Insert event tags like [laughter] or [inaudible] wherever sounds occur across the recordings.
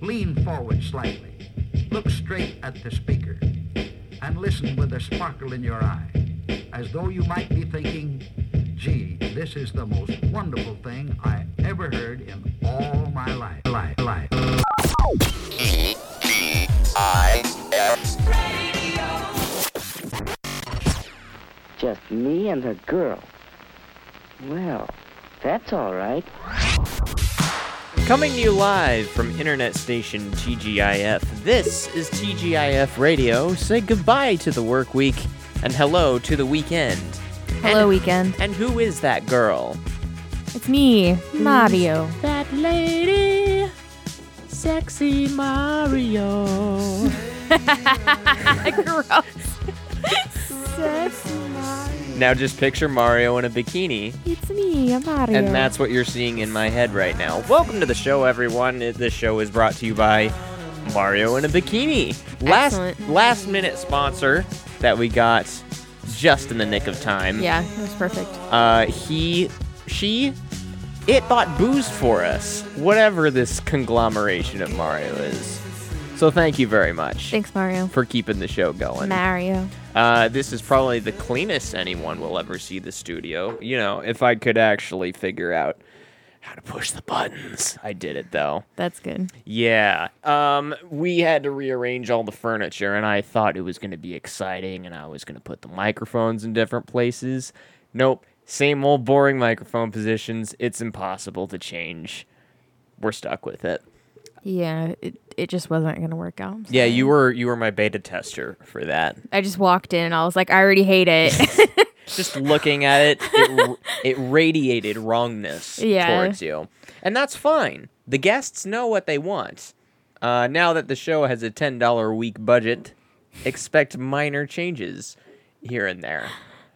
Lean forward slightly. Look straight at the speaker. And listen with a sparkle in your eye, as though you might be thinking, gee, this is the most wonderful thing I ever heard in all my life. Life, life. E D I S. Just me and the girl. Well, that's all right. Coming to you live from internet station TGIF, this is TGIF Radio. Say goodbye to the work week and hello to the weekend. Hello, and, weekend. And who is that girl? It's me, Mario. That lady, sexy Mario. [laughs] Gross. now just picture Mario in a bikini, It's me, Mario. and that's what you're seeing in my head right now. Welcome to the show, everyone. This show is brought to you by Mario in a Bikini. Last Excellent. last minute sponsor that we got just in the nick of time. yeah, it was perfect. uh, he, she, it bought booze for us. Whatever this conglomeration of Mario is. So thank you very much Thanks, Mario. for keeping the show going. Mario. Uh, this is probably the cleanest anyone will ever see the studio. You know, if I could actually figure out how to push the buttons. I did it though. That's good. Yeah. Um, we had to rearrange all the furniture, and I thought it was going to be exciting, and I was going to put the microphones in different places. Nope. Same old boring microphone positions. It's impossible to change. We're stuck with it. Yeah, it, it just wasn't going to work out. Yeah, you were you were my beta tester for that. I just walked in and I was like, I already hate it. [laughs] [laughs] Just looking at it, it, r- it radiated wrongness Yeah. towards you, and that's fine. The guests know what they want. Uh, now that the show has a ten dollar a week budget, expect minor changes here and there.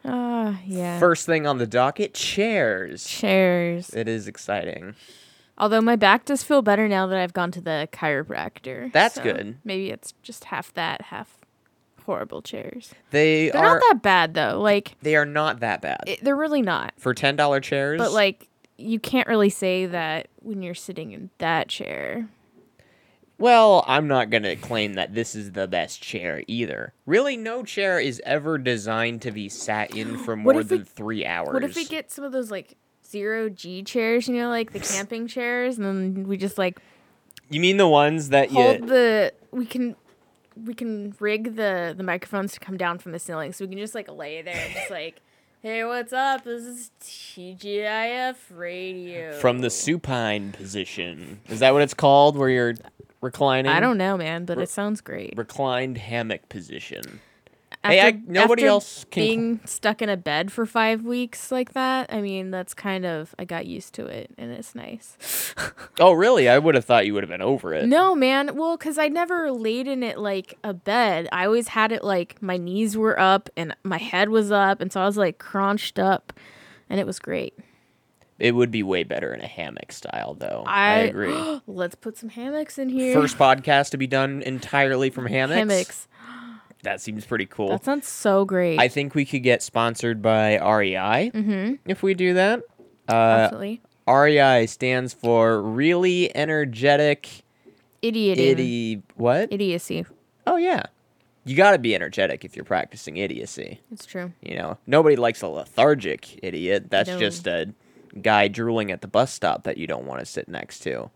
Ah, yeah. First thing on the docket, chairs. Chairs. It is exciting. Although my back does feel better now that I've gone to the chiropractor. That's so good. Maybe it's just half that, half horrible chairs. They They're are not that bad, though. Like, they are not that bad it, they're really not. for ten dollar chairs. But like you can't really say that when you're sitting in that chair. Well, I'm not going to claim that this is the best chair either. Really, no chair is ever designed to be sat in for What more if we- than three hours. What if we get some of those like zero G chairs, you [laughs] know, like the camping chairs, and then we just like you mean the ones that hold you. the we can we can rig the the microphones to come down from the ceiling, so we can just like lay there and just like. [laughs] Hey, what's up? This is TGIF Radio. From the supine position. Is that what it's called? Where you're reclining? I don't know, man, but it sounds great. Reclined hammock position. Hey, I- nobody after else can- being stuck in a bed for five weeks like that. I mean, that's kind of I got used to it, and it's nice. [laughs] Oh, really? I would have thought you would have been over it. no, man. Well, because I never laid in it like a bed. I always had it like my knees were up and my head was up, and so I was like crunched up, and it was great. It would be way better in a hammock style, though. I, [gasps] agree. Let's put some hammocks in here. First podcast to be done entirely from hammocks. [laughs] hammocks. That seems pretty cool. That sounds so great. I think we could get sponsored by REI if we do that. Uh, Mm-hmm. Absolutely. REI stands for really energetic Idioting. itty. What? Idiocy. oh yeah, you got to be energetic if you're practicing idiocy. It's true. You know, nobody likes a lethargic idiot. That's No. just a guy drooling at the bus stop that you don't want to sit next to.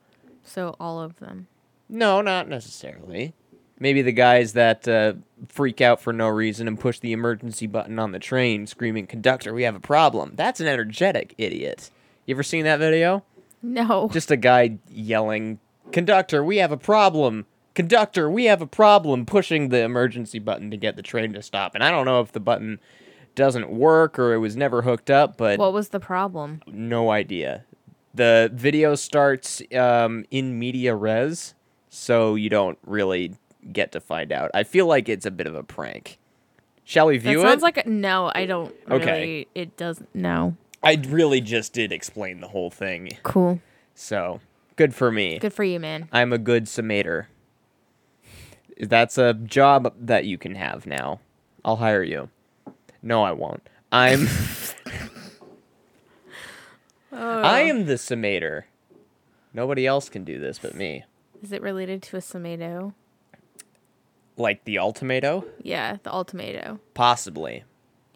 So all of them. No, not necessarily. Maybe the guys that uh, freak out for no reason and push the emergency button on the train, screaming, Conductor, we have a problem. That's an energetic idiot. You ever seen that video? No. Just a guy yelling, Conductor, we have a problem. Conductor, we have a problem, pushing the emergency button to get the train to stop. And I don't know if the button doesn't work or it was never hooked up, but what was the problem? no idea. The video starts um, in media res, so you don't really get to find out. I feel like it's a bit of a prank. Shall we That view it? sounds like a no. I don't. Okay. Really, it doesn't. No. I really just did explain the whole thing, Cool. so good for me. Good for you, man. I'm a good summator. That's a job that you can have now. I'll hire you. No, I won't. I'm. [laughs] Oh. I am the summator. Nobody else can do this but me. Is it related to a tomato? Like the ultimato? Yeah, the ultimato. Possibly.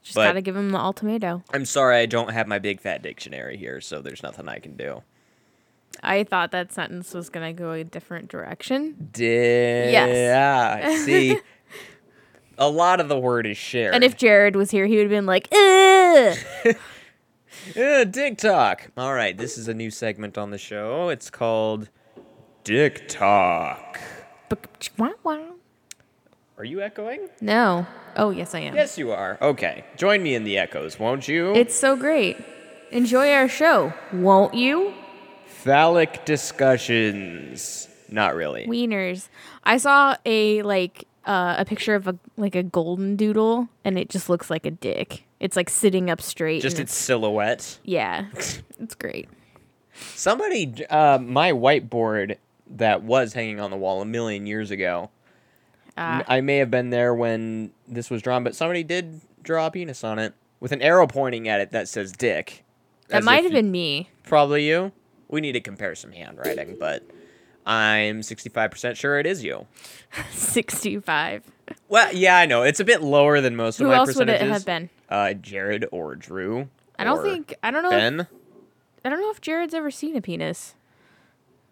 Just But- gotta give him the ultimato. I'm sorry I don't have my big fat dictionary here, so there's nothing I can do. I thought that sentence was gonna go a different direction. Did yeah. See, [laughs] a lot of the word is shared. And if Jared was here, he would have been like, Ugh! Yeah, Dick Talk. All right, this is a new segment on the show. It's called Dick Talk. Wah, wah. Are you echoing? No. Oh, yes, I am. Yes, you are. Okay, join me in the echoes, won't you? It's so great. Enjoy our show, won't you? phallic discussions. Not really. Wieners. I saw a like uh, a picture of a like a golden doodle, and it just looks like a dick. It's like sitting up straight. Just and its silhouette. [laughs] yeah, it's great. Somebody, uh, my whiteboard that was hanging on the wall a million years ago. Ah. m- I may have been there when this was drawn, but somebody did draw a penis on it with an arrow pointing at it that says "dick." That as might if have you- been me. [laughs] probably you. We need to compare some handwriting, but I'm 65% sure it is you. Sixty-five. Well, yeah, I know. It's a bit lower than most of Who my else would it percentages. have been? Uh, Jared or Drew. I don't or think. I don't know. If, Ben. I don't know if Jared's ever seen a penis.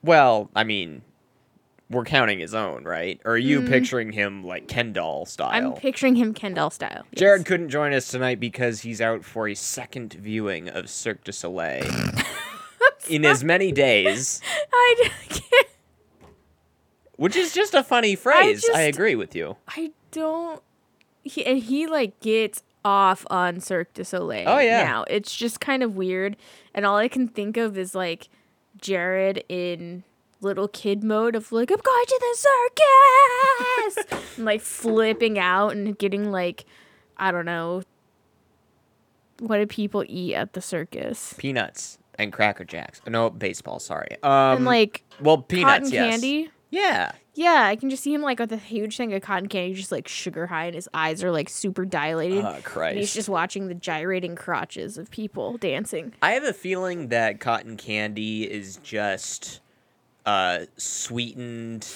Well, I mean, we're counting his own, right? Or are you picturing him like Ken doll style? Mm. I'm picturing him Kendall style. [laughs] Yes. Jared couldn't join us tonight because he's out for a second viewing of Cirque du [laughs] Soleil in as many days, I just [laughs] can't. which is just a funny phrase. I, just- agree with you. I don't. He and he like gets off on Cirque du Soleil. Oh, yeah. Now it's just kind of weird, and all I can think of is like Jared in little kid mode of like I'm going to the circus, [laughs] and like flipping out and getting like I don't know. What do people eat at the circus? Peanuts and Cracker Jacks. No, baseball, sorry. Um, and like well, peanuts, cotton yes. candy. Yeah. Yeah, I can just see him like with a huge thing of cotton candy, just like sugar high, and his eyes are like super dilated. Oh, Christ. And he's just watching the gyrating crotches of people dancing. I have a feeling that cotton candy is just uh, sweetened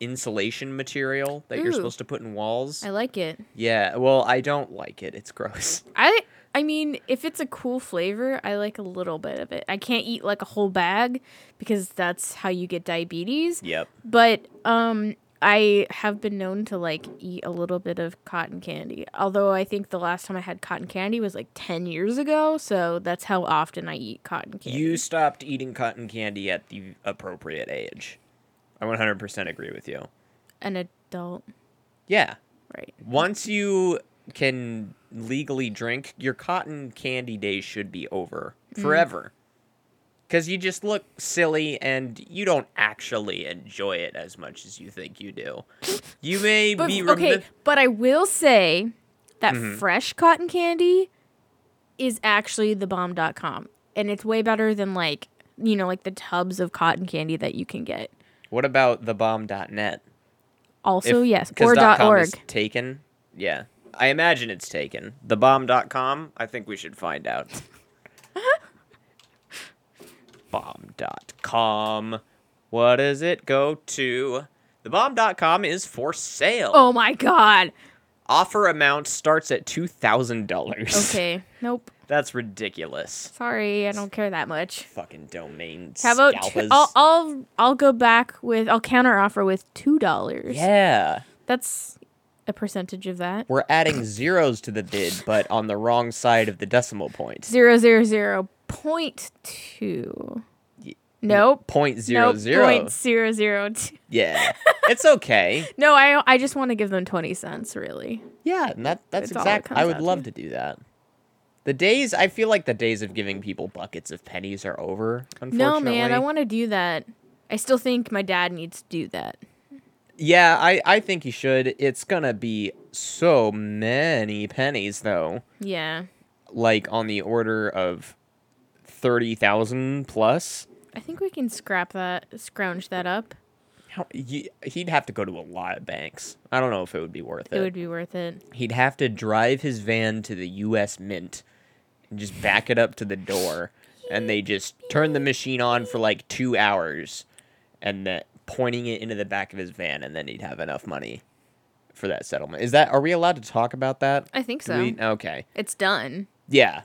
insulation material that you're Ooh. supposed to put in walls. I like it. yeah, well, I don't like it. It's gross. I I mean, if it's a cool flavor, I like a little bit of it. I can't eat like a whole bag because that's how you get diabetes. Yep. But um I have been known to like eat a little bit of cotton candy. Although I think the last time I had cotton candy was like 10 years ago, so that's how often I eat cotton candy. You stopped eating cotton candy at the appropriate age. I 100% agree with you. An adult, Yeah. right? Once you can legally drink, your cotton candy days should be over Mm. forever. Because you just look silly and you don't actually enjoy it as much as you think you do. You may But, be. okay, remem- but I will say that Mm-hmm. fresh cotton candy is actually the bomb.com and it's way better than like, you know, like the tubs of cotton candy that you can get. what about thebomb.net? Also, If- yes, 'cause or dot dot .com .org. is taken. Yeah. I imagine it's taken. Thebomb.com, I think we should find [laughs] out. bomb.com. What does it go to? Thebomb.com is for sale. Oh my god. Offer amount starts at $2,000. Okay. nope. [laughs] That's ridiculous. Sorry, I don't care that much. Fucking domain How about scalpers. two, I'll, I'll I'll go back with I'll counter offer with two dollars. Yeah. That's a percentage of that. We're adding zeros to the bid, but on the wrong side of the decimal point. Zero zero zero point two. Nope. Point zero Nope, zero. Point zero zero two. Yeah, it's [laughs] okay. No, I I just want to give them twenty cents. Really, Yeah, and that that's It's all it exact. I comes would out to. love to do that. The days I feel like the days of giving people buckets of pennies are over. no Unfortunately, man, I want to do that. I still think my dad needs to do that. Yeah, I I think you should. It's gonna be so many pennies though, Yeah, like on the order of thirty thousand plus. I think we can scrap that, scrounge that up. How, he, he'd have to go to a lot of banks. I don't know if it would be worth it. It would be worth it. He'd have to drive his van to the U.S. Mint and just back it up to the door, and they just turn the machine on for like two hours, and that pointing it into the back of his van, and then he'd have enough money for that settlement. Is that are we allowed to talk about that? I think Do so. we- okay. It's done. Yeah.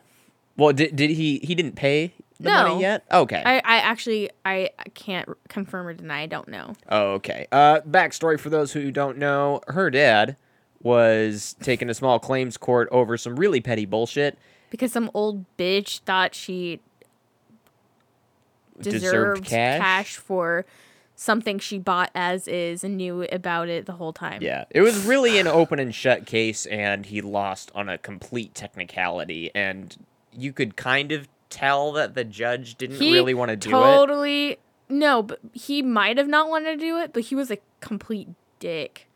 Well, did, did he he didn't pay the No. money yet? Okay. I, I actually I can't confirm or deny. I don't know. Oh, okay. Uh, backstory for those who don't know: her dad was taken to small claims court over some really petty bullshit. Because some old bitch thought she Deserved deserved, cash? cash? for something she bought as is and knew about it the whole time. Yeah, it was really an open and shut case, and he lost on a complete technicality. And you could kind of tell that the judge didn't He really want to do it. totally, No, but he might have not wanted to do it, but he was a complete dick.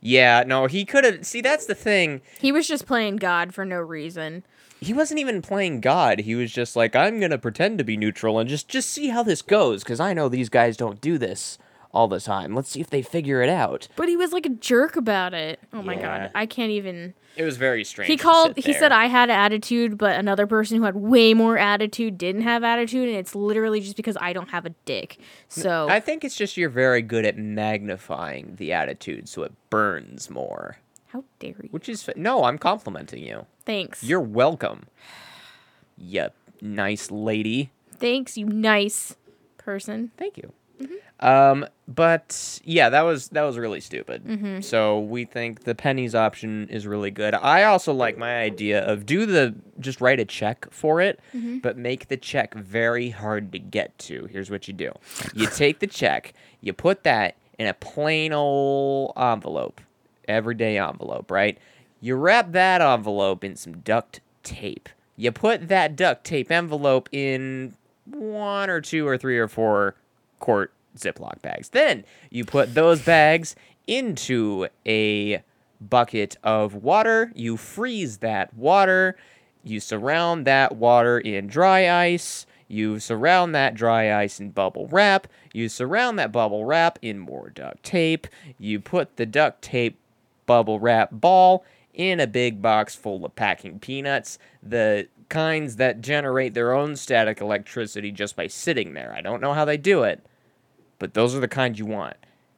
Yeah, no, he could have. See, that's the thing. He was just playing God for no reason. He wasn't even playing God. He was just like, I'm gonna pretend to be neutral and just just see how this goes, because I know these guys don't do this all the time. Let's see if they figure it out. But he was like a jerk about it. Oh my Yeah. god, I can't even. It was very strange. He to called. sit He there. said I had attitude, but another person who had way more attitude didn't have attitude, and it's literally just because I don't have a dick. So I think it's just you're very good at magnifying the attitude, so it burns more. how dare you? Which is f- no, I'm complimenting you. Thanks. You're welcome. [sighs] Yep, nice lady. Thanks, you nice person. Thank you. Um, but yeah, that was that was really stupid. So we think the pennies option is really good. I also like my idea of do the just write a check for it, but make the check very hard to get to. Here's what you do: you take the check, you put that in a plain old envelope, everyday envelope, right? You wrap that envelope in some duct tape. You put that duct tape envelope in one or two or three or four quart Ziploc bags. Then you put those bags into a bucket of water. You freeze that water. You surround that water in dry ice. You surround that dry ice in bubble wrap. You surround that bubble wrap in more duct tape. You put the duct tape bubble wrap ball in a big box full of packing peanuts, the kinds that generate their own static electricity just by sitting there. I don't know how they do it, but those are the kind you want.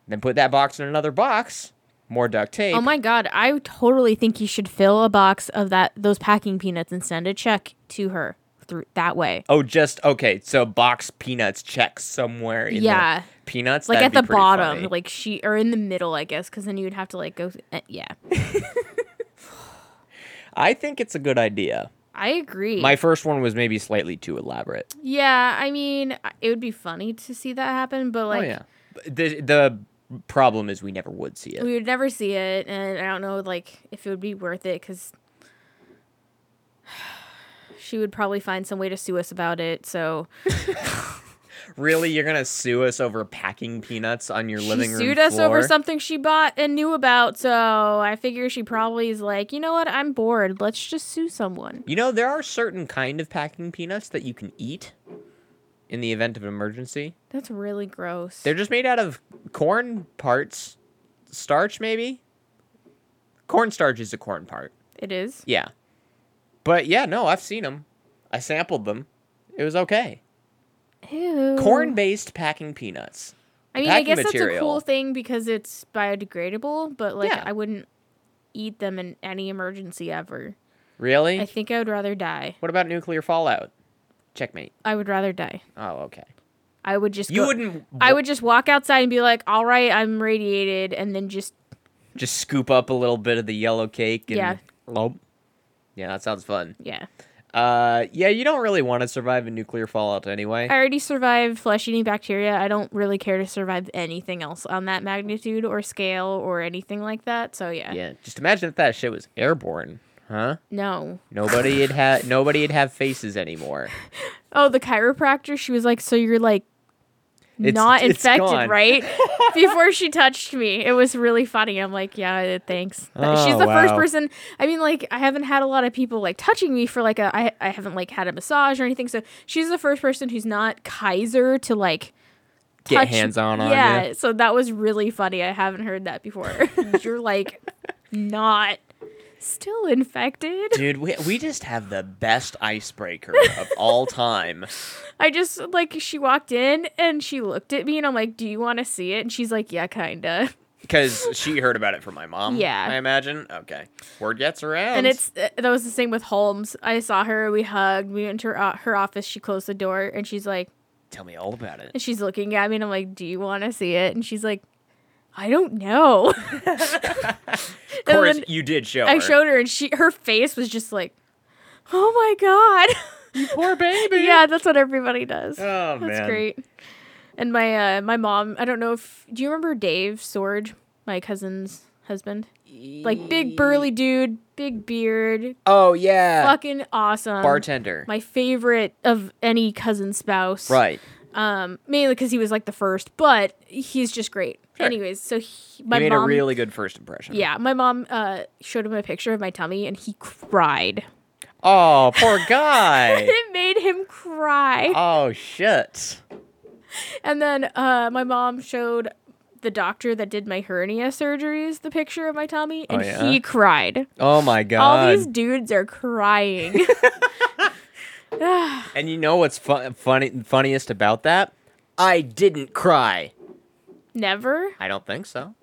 Then put that box in another box, more duct tape. Oh my god, I totally think you should fill a box of that those packing peanuts and send a check to her through that way. Oh, just okay. So box peanuts check somewhere in Yeah. the peanuts, Like that'd at be the pretty bottom, funny. like she or in the middle, I guess, because then you would have to like go. Uh, yeah, [laughs] I think it's a good idea. I agree. My first one was maybe slightly too elaborate. yeah, I mean, I- it would be funny to see that happen, but like oh yeah. But The the problem is we never would see it. we would never see it, and I don't know like if it would be worth it because [sighs] she would probably find some way to sue us about it. So Really, you're gonna sue us over packing peanuts on your she living room sued us over floor? something she bought and knew about so i figure she probably is like you know what i'm bored let's just sue someone You know, there are certain kind of packing peanuts that you can eat in the event of an emergency. that's really gross They're just made out of corn parts, starch maybe. Corn starch is a corn part. it is Yeah, but yeah, no, I've seen them. I sampled them. It was okay. Ew. Corn-based packing peanuts. i mean i packing guess that's a material. cool thing because it's biodegradable but like Yeah. i wouldn't eat them in any emergency ever Really? i think i would rather die what about nuclear fallout? Checkmate. i would rather die Oh, okay. i would just You go- wouldn't. i would just walk outside and be like all right i'm radiated and then just just scoop up a little bit of the yellow cake and Yeah. Lump. Yeah, that sounds fun. yeah Uh, yeah, you don't really want to survive a nuclear fallout anyway. I already survived flesh eating bacteria. I don't really care to survive anything else on that magnitude or scale or anything like that. So yeah. Yeah, just imagine if that shit was airborne, huh? No. Nobody'd have nobody'd have faces anymore. Oh, the chiropractor, she was like, So you're like It's- not it's infected, gone." [laughs] right? Before she touched me. It was really funny. I'm like, Yeah, uh, thanks. That- She's Oh, the first wow. person I mean, like, I haven't had a lot of people like touching me for like a I I haven't like had a massage or anything. So she's the first person who's not Kaiser to like Get touch- hands on on yeah, you. [laughs] [laughs] so that was really funny. I haven't heard that before. You're like not Still infected. Dude, we, we just have the best icebreaker of all time. I just like she walked in and she looked at me and I'm like, "Do you want to see it?" And she's like, "Yeah, kinda." Because she heard about it from my mom. Yeah. I imagine. Okay. Word gets around. And it's uh, that was the same with Holmes. I saw her. We hugged. We went to her, uh, her office. She closed the door and she's like, Tell me all about it. and she's looking at me and I'm like, "Do you want to see it?" And she's like, "I don't know." [laughs] Of course, then you did show I her. showed her and she her face was just like, "Oh my god." [laughs] Poor baby. yeah, that's what everybody does. Oh, That's man. great. And my uh, my mom, I don't know if do you remember Dave Sorge, my cousin's husband? Like big burly dude, big beard, Oh, yeah. fucking awesome. Bartender. My favorite of any cousin spouse. right. Um, mainly because he was like the first, but he's just great. Sure. Anyways, so he, You my made mom. a really good first impression. yeah, my mom uh, showed him a picture of my tummy, and he cried. Oh, [laughs] poor guy. It made him cry. oh, shit. And then uh, my mom showed the doctor that did my hernia surgeries the picture of my tummy, and yeah? he cried. Oh, my All God. these dudes are crying. [laughs] And you know what's fu- funny funniest about that? I didn't cry. Never. I don't think so.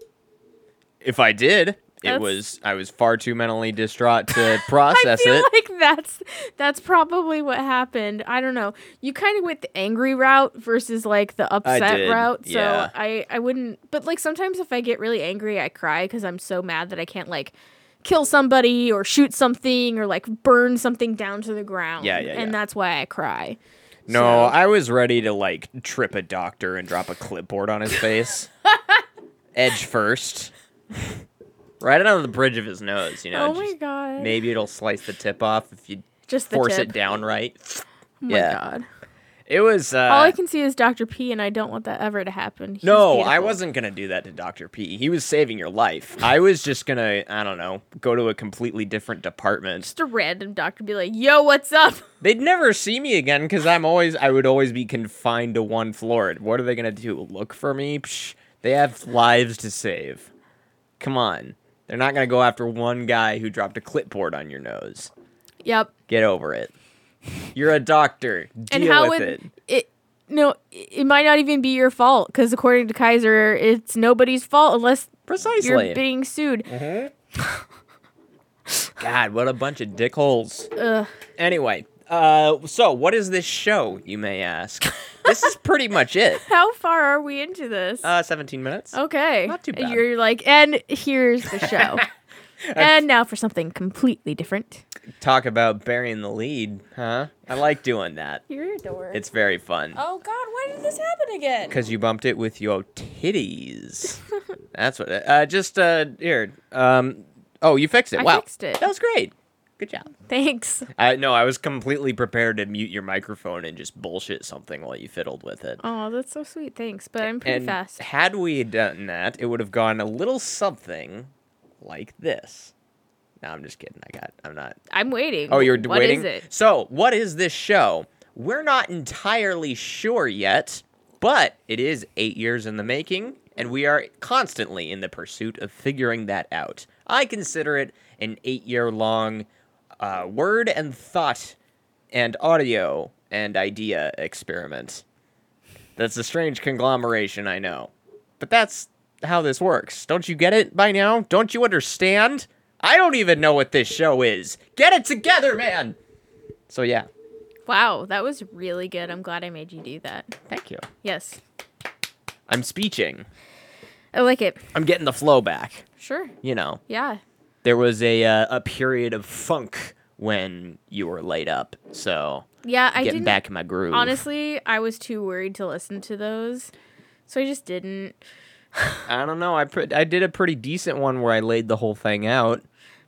If I did, it That's- was I was far too mentally distraught [laughs] to process I feel it. like that's that's probably what happened. I don't know. You kind of went the angry route versus like the upset did, route. So yeah. I I wouldn't. But like sometimes if I get really angry, I cry because I'm so mad that I can't like kill somebody or shoot something or like burn something down to the ground. Yeah, yeah, yeah. And that's why I cry. no, so- I was ready to like trip a doctor and drop a clipboard on his [laughs] face. Edge first. right out of the bridge of his nose, you know. oh my just- god. Maybe it'll slice the tip off if you Just the force tip. it down right. Oh yeah. my god. It was uh, All I can see is Dr. P and I don't want that ever to happen. He's No, I beautiful. wasn't gonna do that to Doctor P. He was saving your life. I was just gonna, I don't know, go to a completely different department. Just a random doctor be like, "Yo, what's up?" [laughs] They'd never see me again because I'm always, I would always be confined to one floor. What are they gonna do? Look for me? Psh, they have lives to save. Come on, they're not gonna go after one guy who dropped a clipboard on your nose. Yep. Get over it. You're a doctor. Deal and how with would it. no it, it might not even be your fault because according to kaiser it's nobody's fault unless Precisely. you're being sued Mm-hmm. God, what a bunch of dickholes. Anyway, uh, so what is this show, you may ask? [laughs] this is pretty much it. how far are we into this Uh, 17 minutes. okay not too bad. you're like and here's the [laughs] show [laughs] and now for something completely different Talk about burying the lead, huh? I like doing that. you're a door It's very fun. oh god why did this happen again Because you bumped it with your titties. That's what it, uh, just, uh, here. Um, oh, you fixed it. I wow. fixed it. That was great. Good job. [laughs] thanks Uh, no, I was completely prepared to mute your microphone and just bullshit something while you fiddled with it. oh that's so sweet thanks but i'm pretty and fast Had we done that, it would have gone a little something like this. No, I'm just kidding. I got. I'm not. i'm waiting Oh, you're d- What waiting. is it So, what is this show? We're not entirely sure yet, but it is eight years in the making, and we are constantly in the pursuit of figuring that out. I consider it an eight-year-long uh, word and thought and audio and idea experiment. That's a strange conglomeration, I know. But that's how this works. Don't you get it by now? Don't you understand? I don't even know what this show is. Get it together, man! So, yeah. wow that was really good i'm glad i made you do that Thank you. yes I'm speeching. i like it I'm getting the flow back. sure You know, yeah there was a, uh, a period of funk when you were laid up. So, yeah i getting didn't back in my groove. Honestly, I was too worried to listen to those, so I just didn't. I don't know. I, pr- I did a pretty decent one where I laid the whole thing out.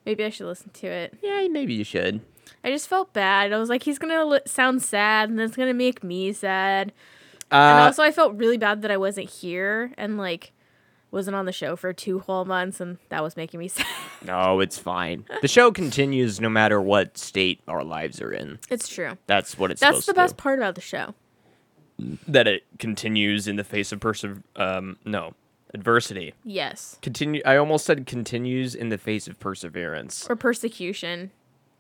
Maybe I should listen to it. Yeah, maybe you should. I just felt bad. I was like, he's gonna li- sound sad, and that's gonna make me sad. Uh, And also, I felt really bad that I wasn't here and like wasn't on the show for two whole months, and that was making me [laughs] sad. No, it's fine. The show continues no matter what state our lives are in. it's true. That's what it's That's supposed the best to part about the show. do. That it continues in the face of perse- um no, adversity. Yes. Continue. I almost said continues in the face of perseverance. Or persecution.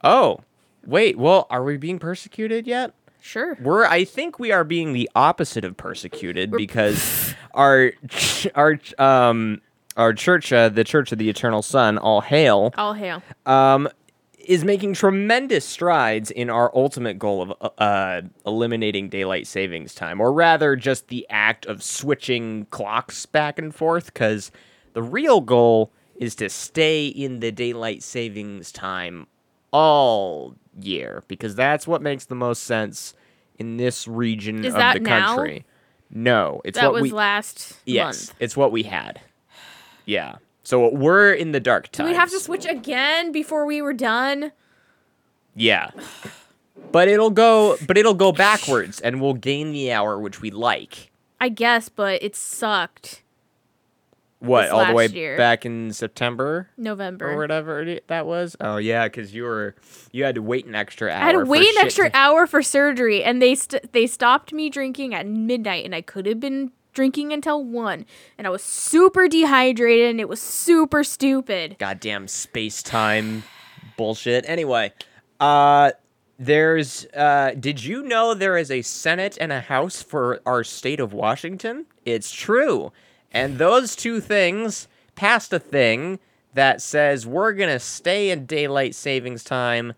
Oh, wait. Well, are we being persecuted yet? Sure. We're. I think we are being the opposite of persecuted [laughs] because our ch- our ch- um our church, uh, the Church of the Eternal Son, all hail, All hail. um, is making tremendous strides in our ultimate goal of uh, eliminating daylight savings time, or rather, just the act of switching clocks back and forth. Because the real goal is to stay in the daylight savings time all year, because that's what makes the most sense in this region Is of that the now? country. No, it's That what was we last yes, month. it's what we had. Yeah. So we're in the dark Do times. we have to switch again before we were done? Yeah. But it'll go but it'll go backwards and we'll gain the hour which we like. I guess, but it sucked. What, This all the way last year. back in September November. or whatever it i- that was? Oh yeah, cuz you were you had to wait an extra hour. I had to for wait an shit extra to- hour for surgery, and they st- they stopped me drinking at midnight, and I could have been drinking until one, and I was super dehydrated, and it was super stupid. goddamn space-time bullshit. Anyway, uh there's uh did you know there is a Senate and a House for our state of Washington? It's true. And those two things passed a thing that says we're going to stay in daylight savings time.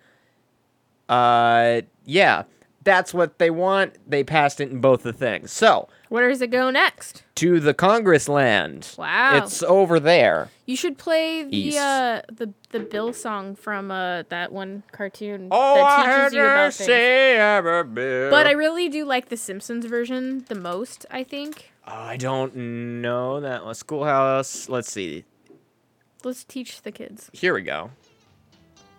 Uh yeah, that's what they want. They passed it in both the things. So, Where does it go next? to the Congress land. Wow. It's over there. You should play the East. uh, the the Bill song from uh, that one cartoon Oh, that I teaches had you about mercy, things. ever built. But I really do like the Simpsons version the most. I think. Oh, I don't know that one. Schoolhouse. Let's see. Let's teach the kids. Here we go.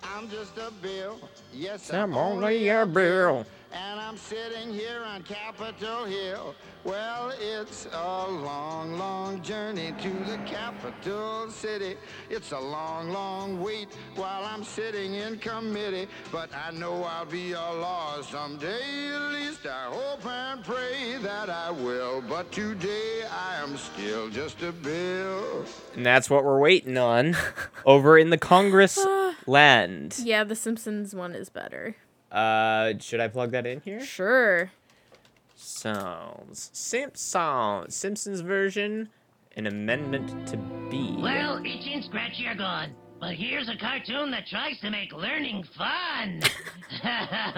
I'm just a bill. Yes, I'm only a bill. And I'm sitting here on Capitol Hill. Well, it's a long, long journey to the capital city. It's a long, long wait while I'm sitting in committee. But I know I'll be a law someday. At least I hope and pray that I will. But today I am still just a bill. And that's what we're waiting [laughs] on over in the [sighs] Congress land. Yeah, the Simpsons one is better. Uh, should I plug that in here? Sure. Sounds. Simpsons. Simpsons version. An amendment to be. Well, itch and scratch you're gone. But here's a cartoon that tries to make learning fun. [laughs]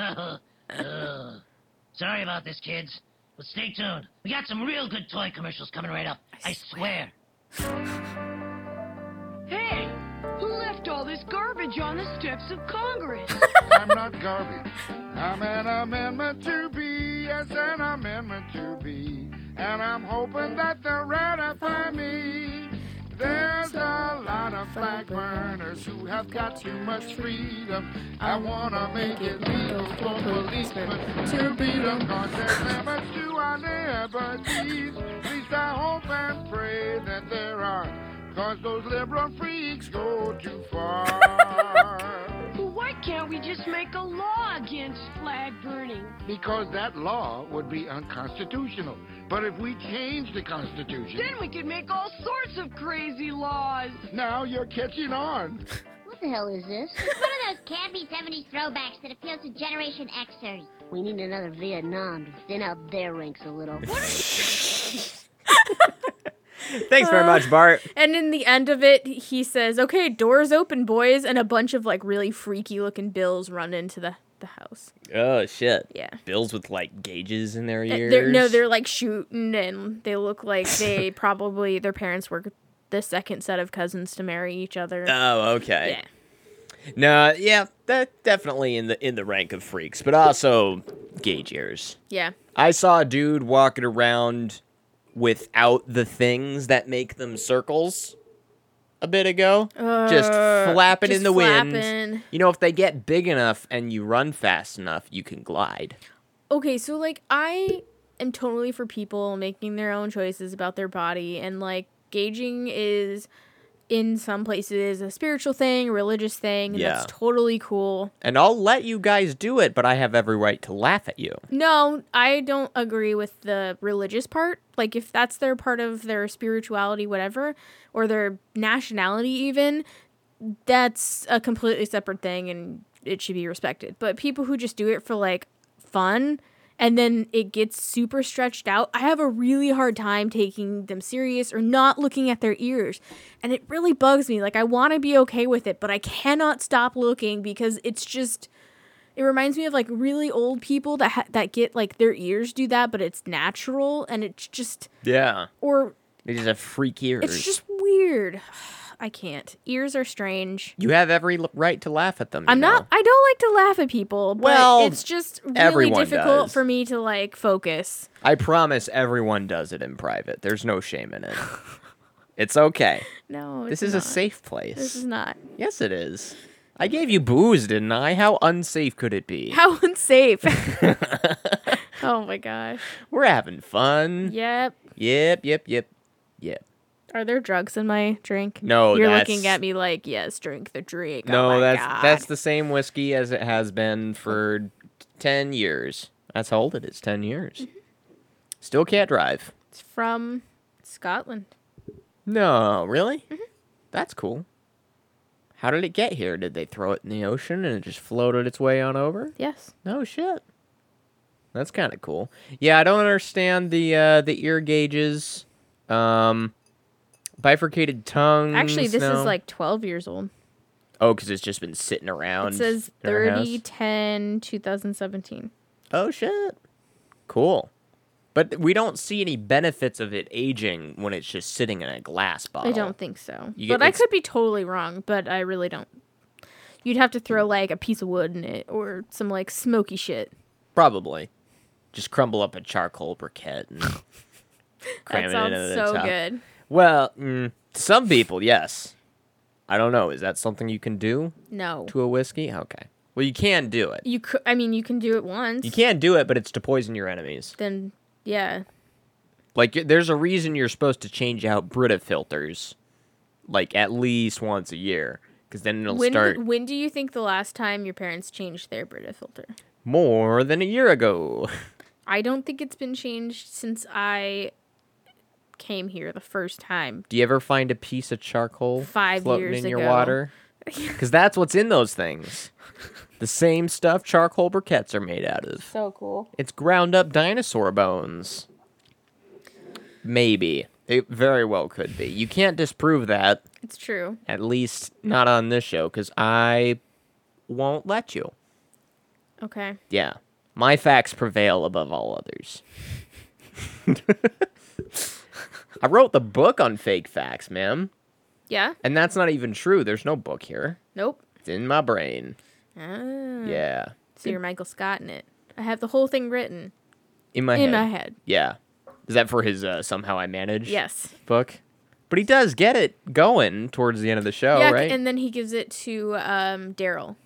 Ugh. Sorry about this, kids. But stay tuned. We got some real good toy commercials coming right up. I, swear. Hey, who left all this garbage on the steps of [laughs] Congress? I'm not garbage. I'm an amendment to be, yes, an amendment to be. And I'm hoping that they'll ratify me. There's a lot of flag burners who have got too much freedom. I wanna make it legal for policemen to beat them. Cause there's limits to our liberties. At least I hope and pray that there are. Cause those liberal freaks go too far. Well, why can't we just make a law against flag burning? because that law would be unconstitutional. But if we change the Constitution, Then we could make all sorts of crazy laws. now you're catching on. What the hell is [laughs] this? It's one of those campy 70s throwbacks that appeals to Generation Xers. We need another Vietnam to thin out their ranks a little. Thanks uh, very much, [laughs] Bart. And in the end of it, he says, "Okay, doors open, boys," and a bunch of like really freaky looking bills run into the the house. Oh, shit. Yeah. Bills with, like, gauges in their Uh, ears. They're, no, they're like shooting, and they look [laughs] like they probably their parents were the second set of cousins to marry each other. Oh, okay. yeah, No, yeah, that definitely in the in the rank of freaks, but also gauge ears. yeah. I saw a dude walking around without the things that make them circles a bit ago, just Uh, flapping in just the wind. flapping. You know, if they get big enough and you run fast enough, you can glide. Okay, so like I am totally for people making their own choices about their body, and like gauging is in some places a spiritual thing, religious thing, and Yeah. that's totally cool. And I'll let you guys do it, but I have every right to laugh at you. No, I don't agree with the religious part. Like, if that's their part of their spirituality, whatever, or their nationality, even, that's a completely separate thing and it should be respected. But people who just do it for like fun and then it gets super stretched out, I have a really hard time taking them serious or not looking at their ears. And it really bugs me. Like, I want to be okay with it, but I cannot stop looking because it's just. It reminds me of like really old people that ha- that get like their ears do that, but it's natural and it's just Yeah. or They just have freak ears. it's just weird. [sighs] I can't. Ears are strange. you have every l- right to laugh at them. you I'm not. know? I don't like to laugh at people, but Well, it's just really everyone difficult does. for me to like focus. I promise everyone does it in private. There's no shame [laughs] in it. it's okay. No, This it's is a not. safe place. This is not Yes, it is. I gave you booze, didn't I? How unsafe could it be? how [laughs] [laughs] unsafe. oh my gosh. We're having fun. Yep. Yep, yep, yep, yep. Are there drugs in my drink? No, You're that's- looking at me like, yes, drink the drink. Oh no, my that's God. that's the same whiskey as it has been for ten years. That's how old it is. Ten years. Mm-hmm. Still can't drive. It's from Scotland. No, really? Mm-hmm. That's cool. How did it get here? Did they throw it in the ocean and it just floated its way on over? Yes. No shit. That's kind of cool. Yeah, I don't understand the uh, the ear gauges, um, bifurcated tongue. Actually, this is like 12 years old. oh, because it's just been sitting It around. says in our house. 30 10 2017. Oh shit. Cool. But we don't see any benefits of it aging when it's just sitting in a glass bottle. I don't think so. Oh. You get, but I like, s- could be totally wrong, but I really don't. You'd have to throw like a piece of wood in it or some like smoky shit. Probably. Just crumble up a charcoal briquette and cram it That into the sounds so top. good. Well, mm, some people, yes. I don't know. Is that something you can do No. to a whiskey? Okay. Well, you can do it. You could I mean, you can do it once. You can do it, but it's to poison your enemies. Then yeah. Like, y- there's a reason you're supposed to change out Brita filters, like at least once a year, because then it'll When start. do, when do you think the last time your parents changed their Brita filter? more than a year ago. I don't think it's been changed since I came here the first time. Do you ever find a piece of charcoal Five floating years in your ago. water? [laughs] Because that's what's in those things. the same stuff charcoal briquettes are made out of. So cool. It's ground up dinosaur bones. Maybe. It very well could be. You can't disprove that, It's true. at least not on this show, because I won't let you. Okay. Yeah. My facts prevail above all others. [laughs] I wrote the book on fake facts, ma'am. Yeah. And that's not even true. There's no book here. Nope. It's in my brain. Ah. Yeah. So you're Michael Scott in it. I have the whole thing written In my head. in my [laughs] head. Yeah. Is that for his uh, Somehow I Manage Yes. book? But he does get it going towards the end of the show, yeah. c- Oh, right? And then he gives it to um, Daryl.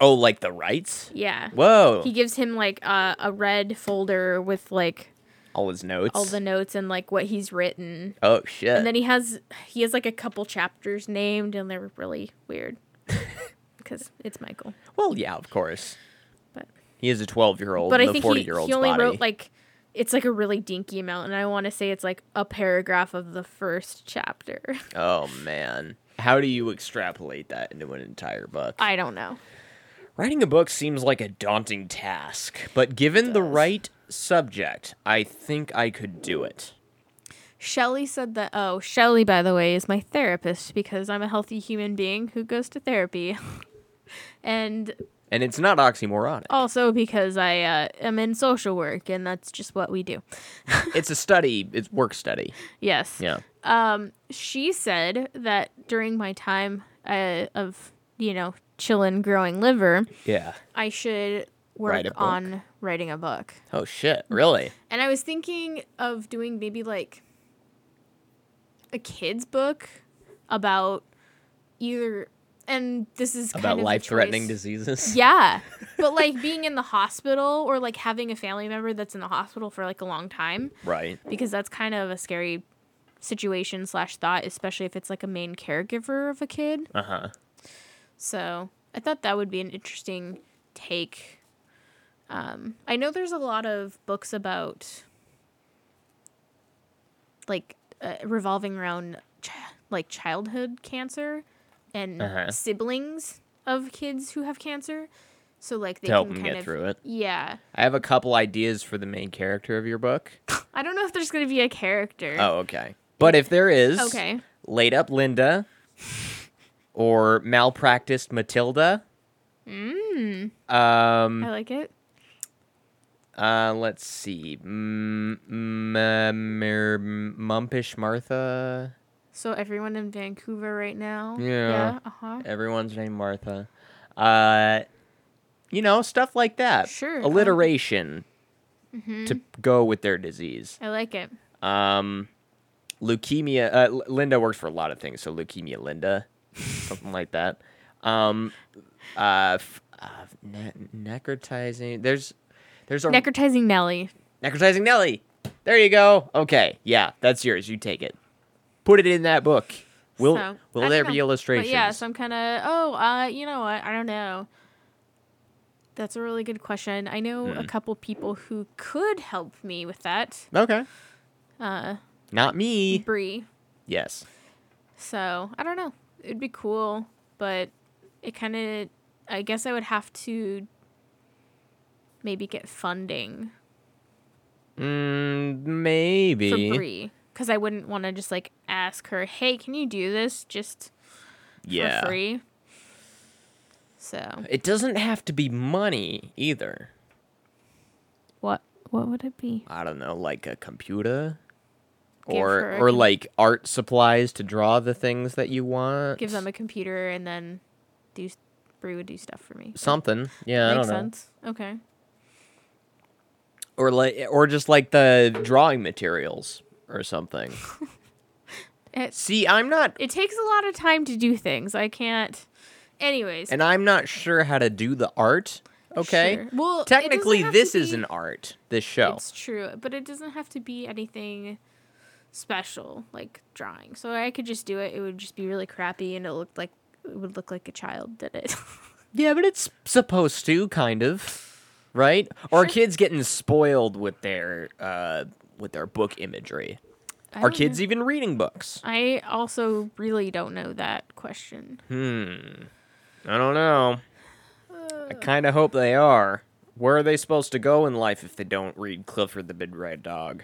oh, like the rights? Yeah. Whoa. He gives him like a a red folder with like all his notes. all the notes and like what he's written. oh, shit. And then he has he has like a couple chapters named and they're really [laughs] weird because it's Michael. well, yeah, of course. But- He is a 12 year old but in I the think 40 he, year old's he only body. wrote like it's like a really dinky amount, and I want to say it's like a paragraph of the first chapter. [laughs] Oh man. How do you extrapolate that into an entire book? I don't know. Writing a book seems like a daunting task, but given the right subject, I think I could do it. Shelly said that. Oh, Shelly, by the way, is my therapist because I'm a healthy human being who goes to therapy. [laughs] and And it's not [laughs] oxymoronic. also because I uh, am in social work and that's just what we do. It's a study, it's work study. Yes. Um, Yeah. she said that during my time uh, of you know chillin' growing liver, Yeah. I should work Write a book. on writing a book. Oh shit, really? And I was thinking of doing maybe like a kid's book about either and this is kind About of a life-threatening choice. [laughs] diseases? Yeah. but like being in the hospital or like having a family member that's in the hospital for like a long time Right. because that's kind of a scary situation slash thought, especially if it's like a main caregiver of a kid. Uh huh. So I thought that would be an interesting take. Um, I know there's a lot of books about like uh, revolving around ch- like childhood cancer and Uh-huh. siblings of kids who have cancer. So like they To help can them kind get of through it. yeah. I have a couple ideas for the main character of your book. I don't know if there's gonna be a character. Oh, okay. But if there is, Okay. laid up Linda or malpracticed Matilda. Um, I like it. uh, let's see. M- m- uh, mer- mumpish Martha. So everyone in Vancouver right now. Yeah. Uh huh. Everyone's named Martha. Uh, you know, stuff like that. Sure, I like it. Alliteration to go with their disease. I like it. Um, leukemia. Uh, L- Linda works for a lot of things, so leukemia Linda, [laughs] something like that. Um, uh, f- uh ne- necrotizing. There's, there's a Necrotizing Nelly. necrotizing Nelly. There you go. Okay, yeah, that's yours. You take it. Put it in that book. Will So, I Will don't there know. be illustrations? But yeah, so I'm kind of oh, uh, you know what? I don't know. That's a really good question. I know Hmm. a couple people who could help me with that. okay. Uh, Not me. Bree. Yes. So I don't know. It'd be cool, but it kind of. I guess I would have to maybe get funding Mm, for maybe. Bree because I wouldn't want to just like ask her, "Hey, can you do this just yeah. for free?" So It doesn't have to be money either. what what would it be? I don't know, like a computer Give or her a or com- like art supplies to draw the things that you want. give them a computer and then do Brie would do stuff for me. something. Yeah, I don't Makes know. sense. Okay. Or like or just like the drawing materials or something. [laughs] It- See, I'm not It takes a lot of time to do things. I can't. Anyways. and I'm not sure how to do the art. Okay. sure. Well, it doesn't Technically have to this is be- an art, this show. It's true, but it doesn't have to be anything special like drawing. So I could just do it. It would just be really crappy, and it looked like it would look like a child did it. [laughs] Yeah, but it's supposed to, kind of, right? Or kids getting spoiled with their uh, with their book imagery. I Are don't kids even reading books? I also really don't know that question. Hmm. I don't know. I kind of hope they are. Where are they supposed to go in life if they don't read Clifford the Big Red Dog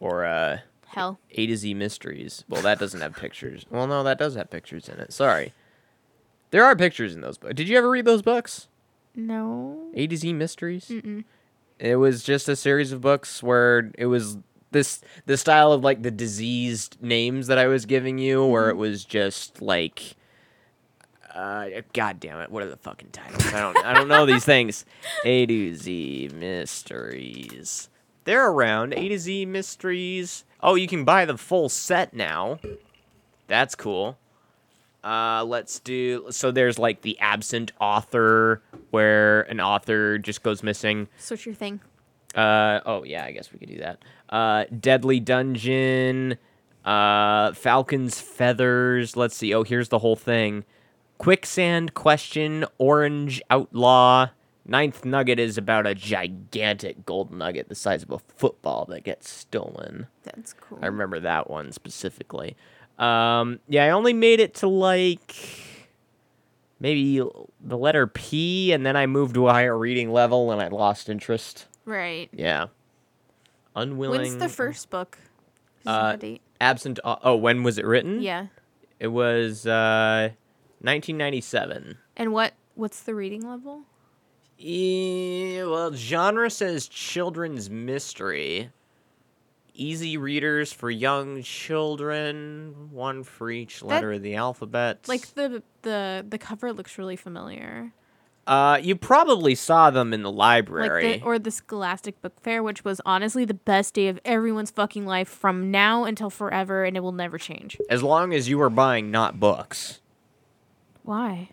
or uh, Hell, A to Z Mysteries? Well, that doesn't have pictures. Well, no, that does have pictures in it. Sorry. There are pictures in those books. Did you ever read those books? no. A to Z Mysteries. It was just a series of books where it was this the style of like the diseased names that I was giving you, where it was just like, uh, God damn it, what are the fucking titles? I don't I don't know these things. A to Z Mysteries. They're around. A to Z Mysteries. Oh, you can buy the full set now. That's cool. Uh, let's do. So there's like the absent author, where an author just goes missing. Switch your thing. Uh, oh yeah, I guess we could do that. Uh, Deadly Dungeon, uh, Falcon's Feathers. Let's see. Oh, here's the whole thing. Quicksand Question, Orange Outlaw. Ninth Nugget is about a gigantic gold nugget the size of a football that gets stolen. That's cool. I remember that one specifically. Um, yeah, I only made it to like maybe l- the letter P, and then I moved to a higher reading level and I lost interest. Right. Yeah. Unwilling. When's the first book? Does it Uh, have a date? absent? au- Oh, when was it written? Yeah. it was uh, 1997. And what what's the reading level? Eh, well, genre says children's mystery. Easy readers for young children, one for each letter of the alphabet. Like the the the cover looks really familiar. uh, you probably saw them in the Like library. the, or the Scholastic Book Fair, which was honestly the best day of everyone's fucking life from now until forever, and it will never change. as long as you were buying not books. Why?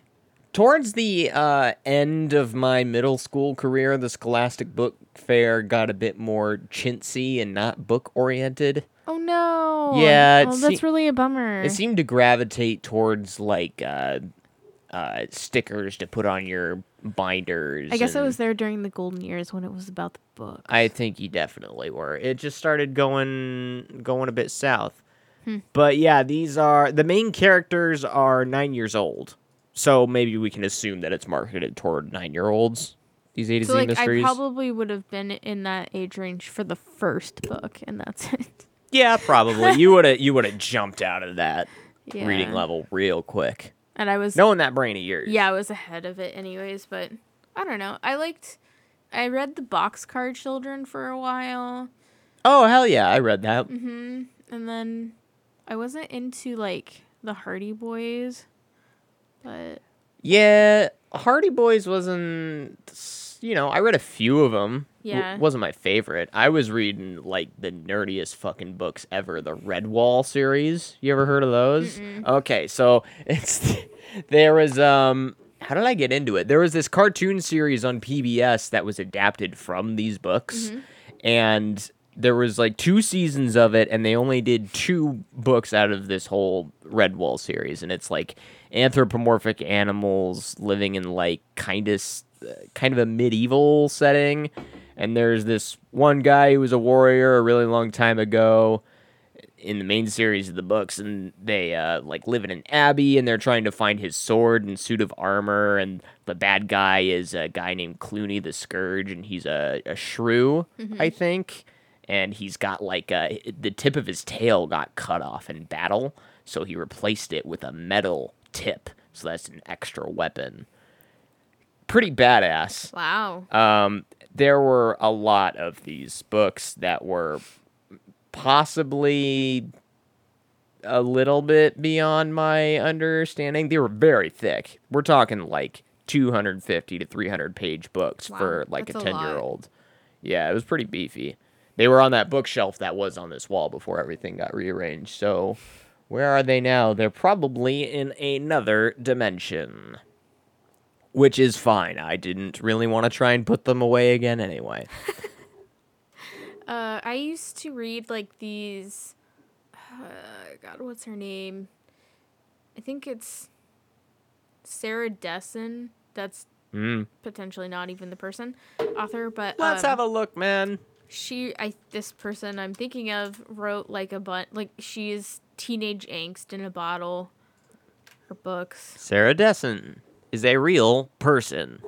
Towards the uh, end of my middle school career, the Scholastic Book Fair got a bit more chintzy and not book oriented. Oh no. Yeah, it Oh, se- that's really a bummer. It seemed to gravitate towards like uh, uh, stickers to put on your binders. I guess I and was there during the golden years when it was about the book. I think you definitely were. It just started going going a bit south. Hmm. But yeah, these are the main characters are nine years old, so maybe we can assume that it's marketed toward nine year olds. These A to so Z like mysteries. I probably would have been in that age range for the first book, and that's [laughs] it. yeah, probably [laughs] you would have you would have jumped out of that Yeah. reading level real quick, And I was knowing that brain of yours. yeah, I was ahead of it anyways, but I don't know. I liked. I read the Boxcar Children for a while, Oh hell yeah, I read that. and then I wasn't into like the Hardy Boys, but Yeah, Hardy Boys wasn't. You know, I read a few of them. Yeah. wasn't my favorite. I was reading like the nerdiest fucking books ever. The Redwall series. You ever heard of those? Okay, so [laughs] it's there was um. How did I get into it? There was this cartoon series on PBS that was adapted from these books, and there was like two seasons of it, and they only did two books out of this whole Redwall series, and it's like anthropomorphic animals living in like kind of s- uh, kind of a medieval setting, and there's this one guy who was a warrior a really long time ago in the main series of the books and they uh, like live in an abbey and they're trying to find his sword and suit of armor and the bad guy is a guy named clooney the scourge and he's a, a shrew i think and he's got like a, the tip of his tail got cut off in battle so he replaced it with a metal tip so that's an extra weapon pretty badass wow, um, there were a lot of these books that were possibly a little bit beyond my understanding. They were very thick. We're talking like 250 to 300 page books Wow, for like a that's a 10 lot. year old. Yeah, it was pretty beefy. They were on that bookshelf that was on this wall before everything got rearranged. So, where are they now? They're probably in another dimension which is fine. I didn't really want to try and put them away again anyway. Uh, I used to read like these. Uh, God, what's her name? I think it's Sarah Dessen. That's Mm. potentially not even the person author, but Let's um, have a look, man. she. I this person I'm thinking of wrote like a bunch. Like she's teenage angst in a bottle. Her books. Sarah Dessen is a real person.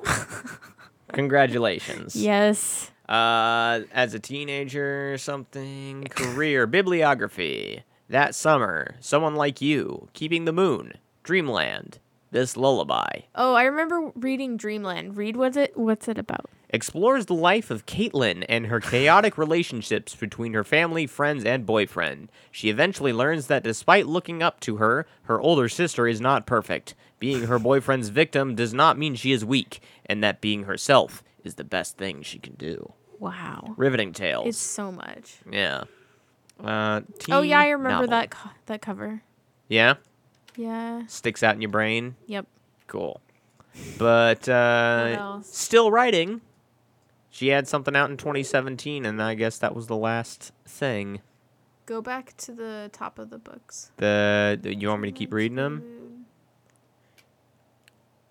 Congratulations. Yes. Uh, as a teenager, or something career bibliography that summer. Someone like you, keeping the moon, Dreamland, this lullaby. Oh, I remember reading Dreamland. Read what's it? What's it about? explores the life of Caitlin and her chaotic relationships between her family, friends, and boyfriend. She eventually learns that despite looking up to her, her older sister is not perfect. Being her boyfriend's victim does not mean she is weak, and that being herself is the best thing she can do. Wow. Riveting tales. It's so much. yeah. Uh, Oh yeah, I teen remember novel. that co- that cover. Yeah, Yeah. sticks out in your brain. Yep. Cool. But What uh, else? still writing. She had something out in 2017, and I guess that was the last thing. Go back to the top of the books. The you want me to keep reading them?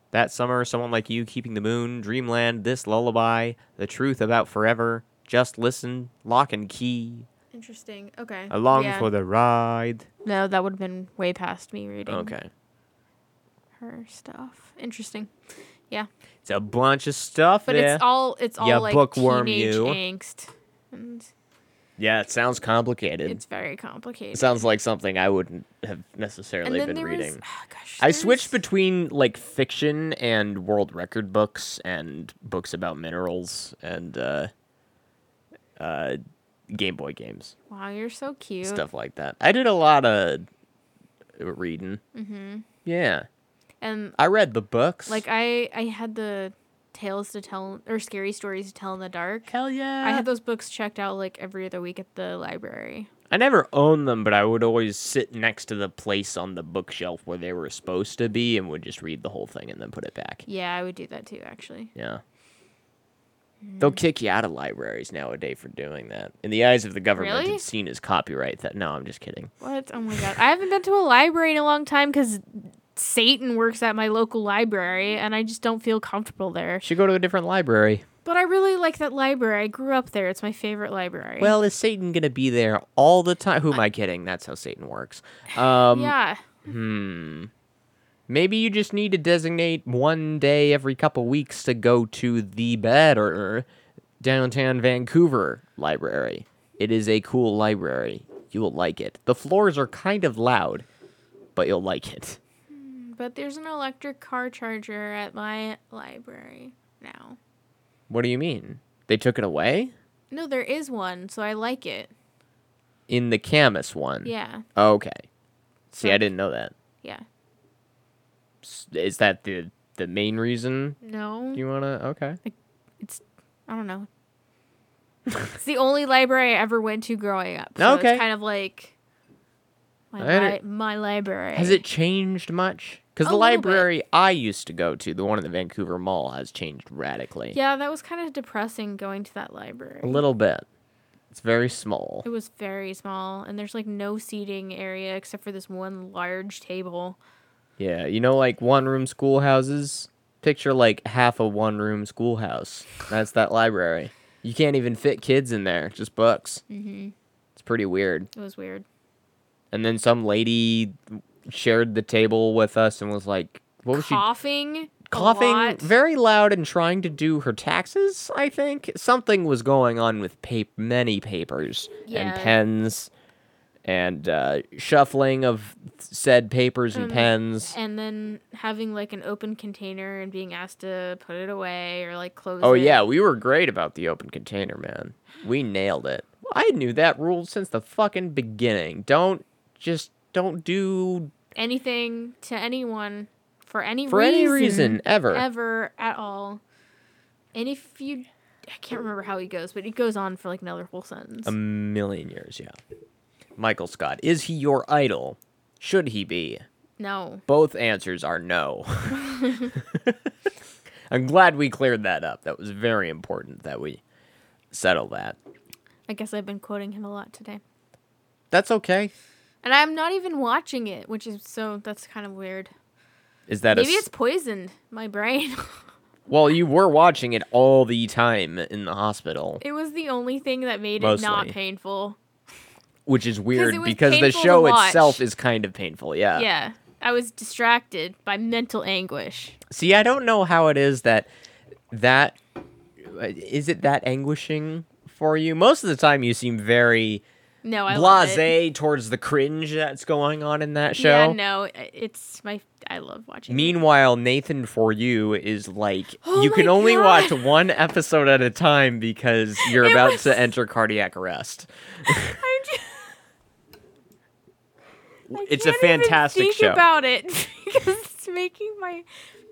That summer, someone like you, keeping the moon, Dreamland, this lullaby, the truth about forever, just listen, lock and key, Interesting. Okay. along Yeah. for the ride. No, that would have been way past me reading Okay, her stuff. Interesting. Yeah. it's a bunch of stuff. But there. it's all it's all Yeah, like bookworm teenage you. angst. And yeah, it sounds complicated. it's very complicated. it sounds like something I wouldn't have necessarily and then been there reading. was oh gosh, I there's- switched between like fiction and world record books and books about minerals and uh, uh, Game Boy games, Wow, you're so cute. stuff like that. I did a lot of reading. Mm-hmm. Yeah, And I read the books. like I I had the tales to tell or scary stories to tell in the dark. hell yeah, I had those books checked out like every other week at the library. I never owned them, but I would always sit next to the place on the bookshelf where they were supposed to be and would just read the whole thing and then put it back. Yeah, I would do that too actually. Yeah. They'll kick you out of libraries nowadays for doing that. In the eyes of the government, Really? it's seen as copyright. That no, I'm just kidding. What? Oh my god. I haven't been to a library in a long time because Satan works at my local library and I just don't feel comfortable there. Should go to a different library. But I really like that library. I grew up there. It's my favorite library. Well, is Satan gonna be there all the time? Who am I kidding? That's how Satan works. Um, [laughs] yeah. Hmm. Maybe you just need to designate one day every couple weeks to go to the better downtown Vancouver library. It is a cool library. You will like it. The floors are kind of loud, but you'll like it. But there's an electric car charger at my library now. What do you mean? They took it away? No, there is one, so I like it. In the Camas one. Yeah. Okay. See, I So- didn't know that. Yeah. S- Is that the the main reason No. you wanna? Okay. I don't know. it's the only library I ever went to growing up. So Okay. It's kind of like my, I under- li- my library. Has it changed much? Because A the little bit. library I used to go to, the one in the Vancouver Mall, has changed radically. Yeah, that was kind of depressing going to that library. A little bit. It's very small. It was very small, and there's like no seating area except for this one large table. Yeah, you know, like one room schoolhouses? Picture like half a one room schoolhouse. That's that library. You can't even fit kids in there, just books. Mm-hmm. It's pretty weird. It was weird. And then some lady shared the table with us and was like, what was she coughing. a coughing lot. very loud and trying to do her taxes, I think. Something was going on with pa- many papers and Yeah. pens and uh, shuffling of said papers and Um, pens. And then having like an open container and being asked to put it away or like close Oh it. yeah, we were great about the open container, man. We nailed it. I knew that rule since the fucking beginning. Don't just don't do Anything to anyone for any for reason, any reason ever. ever at all. And if you I can't remember how he goes, but it goes on for like another whole sentence. A million years, yeah. Michael Scott, is he your idol? Should he be? no. Both answers are no. [laughs] I'm glad we cleared that up. That was very important that we settle that. I guess I've been quoting him a lot today. That's okay. And I'm not even watching it, which is so that's kind of weird. Is that Maybe a s- it's poisoned my brain. [laughs] well? You were watching it all the time in the hospital, it was the only thing that made it not Mostly. painful. which is weird it was because the painful to show watch. itself is kind of painful. Yeah. yeah. I was distracted by mental anguish. See, I don't know how it is that that is it that anguishing for you. Most of the time, you seem very No, I love it. blasé towards the cringe that's going on in that show. Yeah, no, i- it's my I love watching. it. Meanwhile, Nathan for you is like [gasps] Oh you my can only God. watch one episode at a time [laughs] because you're It about was- to enter cardiac arrest. [laughs] I ju- I It's a can't even fantastic think show. about it [laughs] because it's making my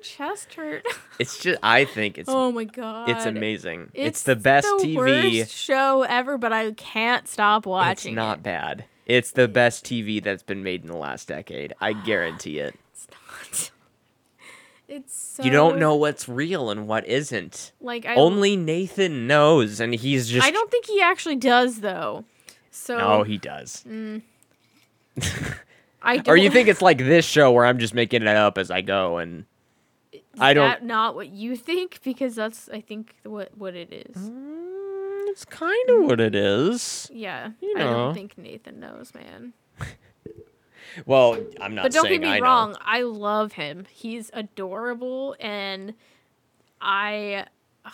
chest hurt. [laughs] It's just I think it's oh my god. it's amazing. It's, the best TV. worst show ever, but I can't stop it's watching. not it. bad. It's the best TV that's been made in the last decade. I guarantee [sighs] it. It's not. [laughs] It's so You don't know what's real and what isn't. like I Only Nathan knows, and he's just I don't think he actually does though. So No, he does. I don't Or you [laughs] think it's like this show where I'm just making it up as I go and Is I don't- that not what you think because that's I think what what it is. Mm, it's kind of what it is. Yeah. You I know. don't think Nathan knows, man. Well, I'm not But don't saying get me I know. wrong, I love him. He's adorable and I [sighs]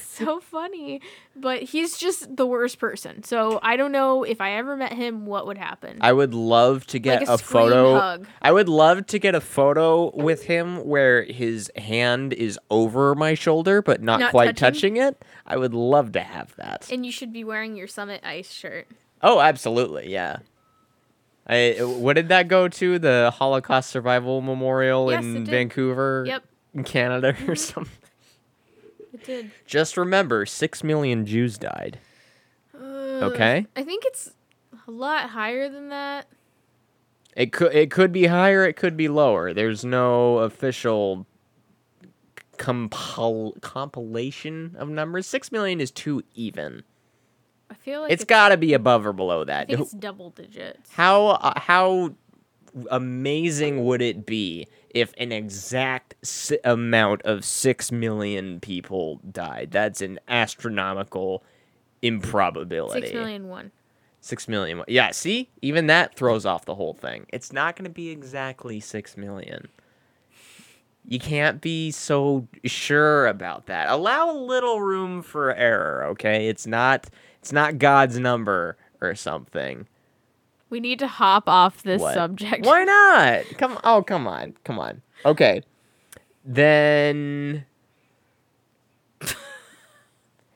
[laughs] so funny, but he's just the worst person. So I don't know if I ever met him what would happen. I would love to get a a screen photo. hug. I would love to get a photo with him where his hand is over my shoulder but not, Not quite touching. touching? it. I would love to have that. and you should be wearing your Summit Ice shirt. oh, absolutely, yeah. I, what did that go to? The Holocaust Survival Memorial Yes, it in did. Vancouver, Yep. Mm-hmm. in Canada, or something. It did. Just remember, six million Jews died. Okay. I think it's a lot higher than that. It could it could be higher, it could be lower. There's no official compil- compilation of numbers, six million is too even. I feel like it's got to be above or below I that. think it's double digits. How uh, how amazing would it be if an exact si- amount of six million people died? That's an astronomical improbability. Six million one. Six million. Yeah, see? Even that throws off the whole thing. It's not going to be exactly six million. You can't be so sure about that. Allow a little room for error, okay? It's not it's not God's number or something. We need to hop off this What? subject. Why not? Come oh, come on. Come on. Okay. [laughs] Then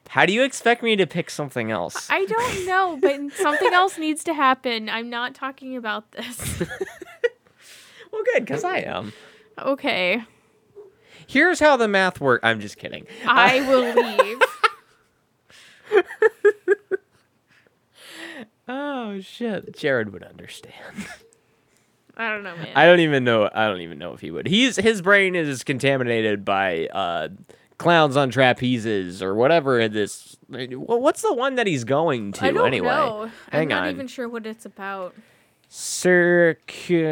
How do you expect me to pick something else? I don't know, but something else needs to happen. I'm not talking about this. [laughs] well, good, because I am. Okay. Here's how the math works. I'm just kidding. [laughs] I will leave. Oh shit. Jared would understand. I don't know, man. I don't even know I don't even know if he would. He's his brain is contaminated by uh clowns on trapezes or whatever this well, what's the one that he's going to I don't anyway? know. Hang I'm not on. even sure what it's about. Cirque du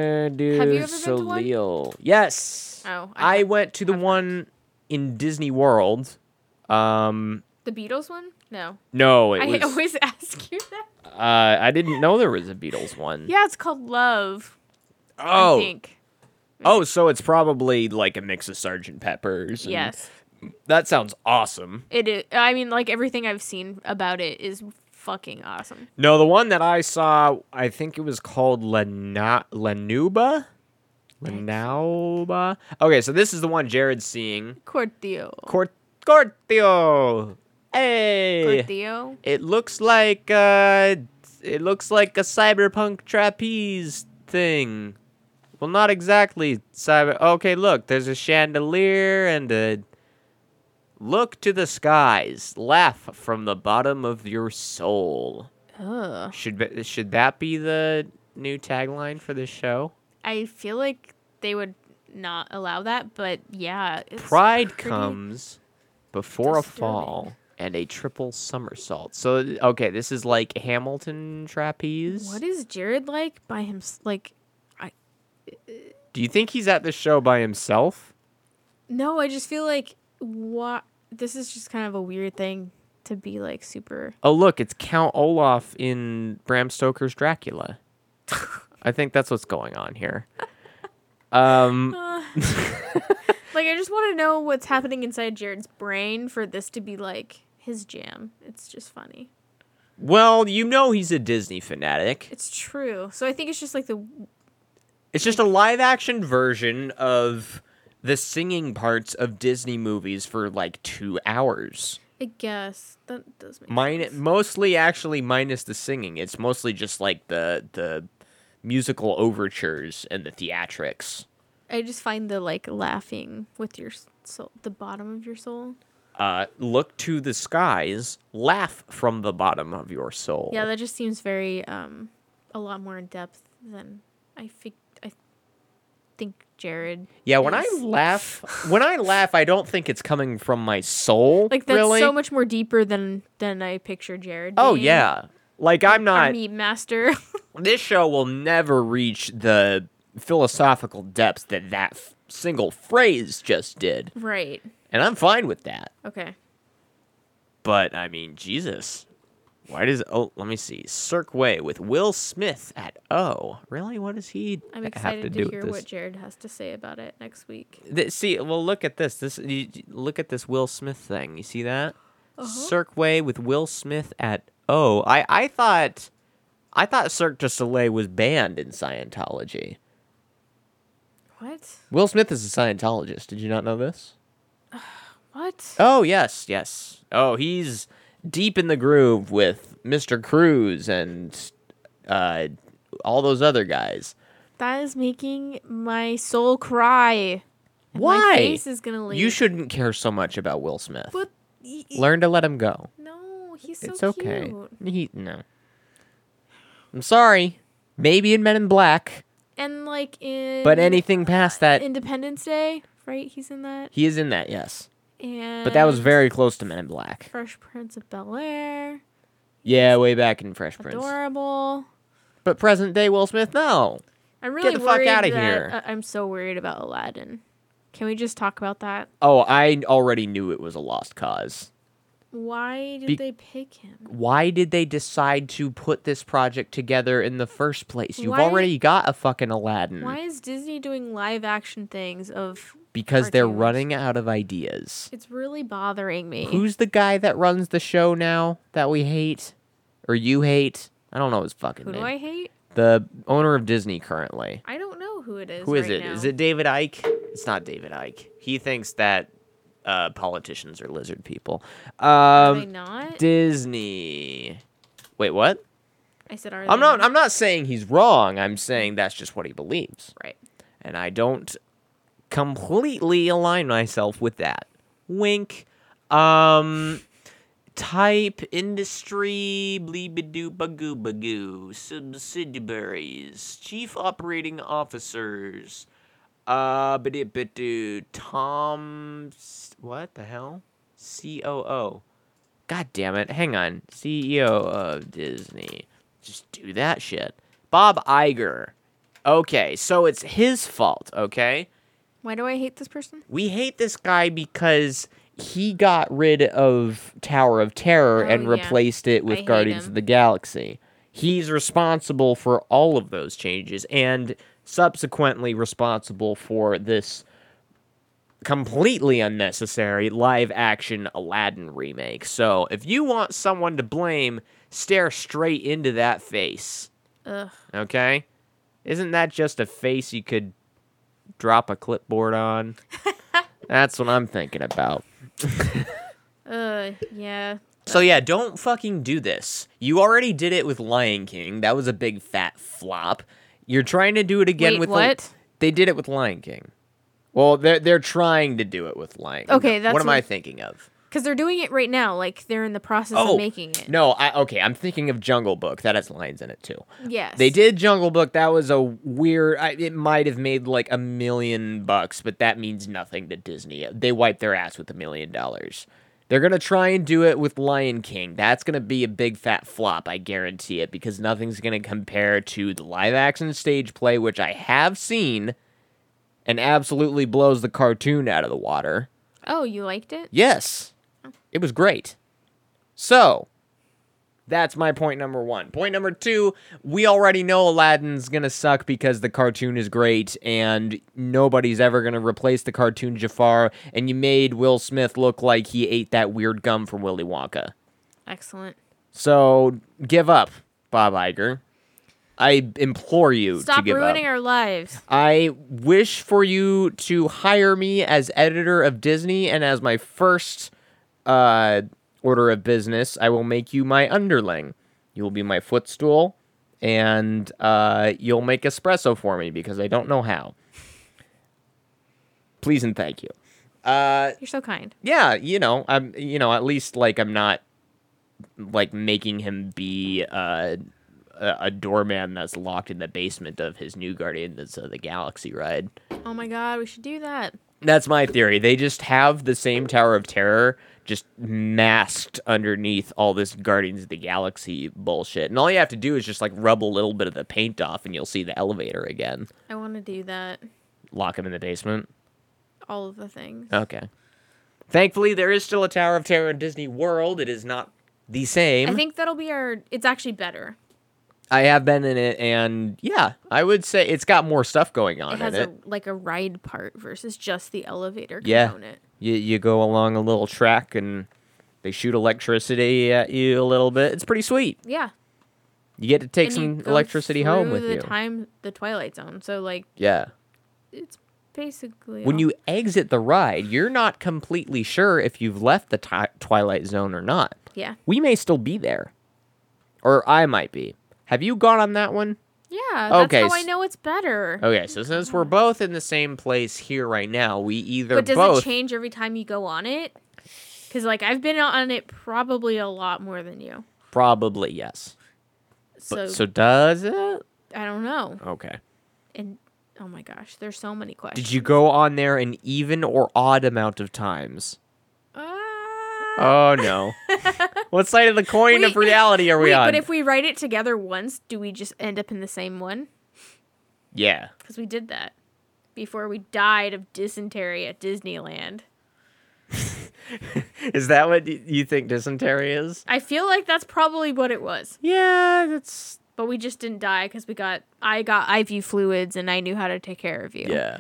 ever been to one? Soleil. Yes. Oh, I, I went to the one in Disney World. Um The Beatles one? No. no, it I [laughs] was always ask you that. uh, I didn't know there was a Beatles one. Yeah, it's called Love. oh, I think. Oh, so it's probably like a mix of Sergeant Pepper's. and- Yes. That sounds awesome. It is. I mean, like everything I've seen about it is fucking awesome. No, the one that I saw, I think it was called Lana- Lanuba? Lanauba? Okay, so this is the one Jared's seeing. Cortio. Cort- Cortio! Hey! Cortio. It looks like uh it looks like a cyberpunk trapeze thing. Well, not exactly cyber. Okay, look, there's a chandelier and a look to the skies. Laugh from the bottom of your soul. Ugh. Should be, should that be the new tagline for this show? I feel like they would not allow that, but yeah. It's Pride pretty- comes before disturbing. a fall and a triple somersault. So okay, this is like Hamilton trapeze. What is Jared like by himself? Like, Do you think he's at the show by himself? no, I just feel like what this is just kind of a weird thing to be like super. Oh, look, it's Count Olaf in Bram Stoker's Dracula. I think that's what's going on here. Um, Like, I just want to know what's happening inside Jared's brain for this to be like his jam. It's just funny. well, you know he's a Disney fanatic. It's true. So I think it's just like the It's just a live action version of the singing parts of Disney movies for like two hours. I guess that does make Mine, sense. mostly actually minus the singing. It's mostly just like the the musical overtures and the theatrics. I just find the like laughing with your s- soul, the bottom of your soul. uh, look to the skies, laugh from the bottom of your soul. Yeah, that just seems very um a lot more in depth than I think I think Jared. Yeah, when is. I laugh, when I laugh, I don't think it's coming from my soul. like that's really. so much more deeper than than I picture Jared. oh being. yeah, like I'm our not. meme master. [laughs] This show will never reach the philosophical depths that that f- single phrase just did, right. and I'm fine with that. Okay. But I mean, Jesus. Why does oh let me see Cirque Way with Will Smith at O really what does he I'm have to excited do to, with hear this? what Jared has to say about it next week. Th- see, well, look at this. This you, you- look at this Will Smith thing. You see that? Uh-huh. Cirque Way with Will Smith at O. I I thought, I thought Cirque du Soleil was banned in Scientology. What? Will Smith is a Scientologist. Did you not know this? What? Oh yes, yes. Oh, he's deep in the groove with Mr. Cruz and uh, all those other guys. That is making my soul cry. And Why? My face is gonna leak. You shouldn't care so much about Will Smith. But y- y- Learn to let him go. no, he's so it's okay. cute. He no. I'm sorry. Maybe in Men in Black, And like in but anything past that, Independence Day, right? He's in that. He is in that, yes. And But that was very close to Men in Black. Fresh Prince of Bel Air. Yeah, way back in Fresh Prince. Adorable. But present day Will Smith, no. I'm really the fuck worried outta that- here. I- I'm so worried about Aladdin. Can we just talk about that? Oh, I already knew it was a lost cause. Why did Be- they pick him? Why did they decide to put this project together in the first place? You've Why- already got a fucking Aladdin. Why is Disney doing live action things of Because they're cartoons? running out of ideas. It's really bothering me. Who's the guy that runs the show now that we hate? Or you hate? I don't know his fucking Who do name. I hate? The owner of Disney currently. I don't know who it is. Who is right it? Is now. it David Icke? It's not David Ike. He thinks that uh, politicians are lizard people. Are they Um, not? Disney. Wait, what? I said, are I'm they not. I'm not saying he's wrong. I'm saying that's just what he believes, right. and I don't completely align myself with that. Wink. Um. Type industry bleebadoo bagoo bagoo subsidiaries chief operating officers. Uh, bidibidoo, Tom. S- What the hell? COO. God damn it. Hang on. CEO of Disney. Just do that shit. Bob Iger. Okay, so it's his fault, okay? Why do I hate this person? We hate this guy because he got rid of Tower of Terror Oh, and yeah. replaced it I with hate Guardians him. of the Galaxy. He's responsible for all of those changes and subsequently responsible for this completely unnecessary live action Aladdin remake. So if you want someone to blame, stare straight into that face. Ugh. Okay? Isn't that just a face you could drop a clipboard [laughs] on? That's what I'm thinking about. Uh, yeah. So yeah, don't fucking do this. You already did it with Lion King. That was a big fat flop. You're trying to do it again Wait, with the- what? they did it with Lion King. Well, they're they're trying to do it with Lion. King. Okay, that's what am what- I thinking of? Because they're doing it right now. Like they're in the process Oh, of making it. No, I okay. I'm thinking of Jungle Book. That has lions in it too. Yes. They did Jungle Book. That was a weird. I, it might have made like a million bucks, but that means nothing to Disney. They wiped their ass with a million dollars. They're gonna try and do it with Lion King. That's gonna be a big fat flop, I guarantee it, because nothing's gonna compare to the live action stage play, which I have seen, and absolutely blows the cartoon out of the water. Oh, you liked it? Yes. It was great. So, that's my point number one. Point number two we already know Aladdin's going to suck because the cartoon is great and nobody's ever going to replace the cartoon Jafar. And you made Will Smith look like he ate that weird gum from Willy Wonka. Excellent. So, give up, Bob Iger. I implore you to Stop give up. ruining our lives. I wish for you to hire me as editor of Disney and as my first uh, order of business, I will make you my underling. You will be my footstool, and uh, you'll make espresso for me because I don't know how. Please and thank you. Uh, You're [laughs] so kind. yeah, you know, I'm you know, at least like I'm not like making him be uh, a, a doorman that's locked in the basement of his new Guardians of the Galaxy ride. Oh my god, we should do that. That's my theory. They just have the same Tower of Terror just masked underneath all this Guardians of the Galaxy bullshit. And all you have to do is just like rub a little bit of the paint off and you'll see the elevator again. I want to do that. Lock him in the basement. All of the things. Okay. Thankfully, there is still a Tower of Terror in Disney World. It is not the same. I think that'll be our. It's actually better. I have been in it, and yeah, I would say it's got more stuff going on It has in Oh, it. a like a ride part versus just the elevator Yeah. component. You you go along a little track, and they shoot electricity at you a little bit. It's pretty sweet. Yeah. You get to take and you some go electricity home through with the you. time the Twilight Zone. So like Yeah. it's basically When all- you exit the ride, you're not completely sure if you've left the ti Twilight Zone or not. yeah We may still be there, or I might be. Have you gone on that one? yeah that's Okay, how I s- Oh, know it's better. Okay, so since we're both in the same place here right now, we either But does both it change every time you go on it? Because like I've been on it probably a lot more than you. probably yes. So, But, so does it? I don't know. Okay. And Oh my gosh, there's so many questions. Did you go on there an even or odd amount of times? Ah. Oh [laughs] no. what side of the coin of Wait, reality are we Wait, on? but if we write it together once, do we just end up in the same one? yeah. Because we did that before we died of dysentery at Disneyland. Is that what y- you think dysentery is? I feel like that's probably what it was, Yeah, that's but we just didn't die because we got I got IV fluids and I knew how to take care of you. yeah.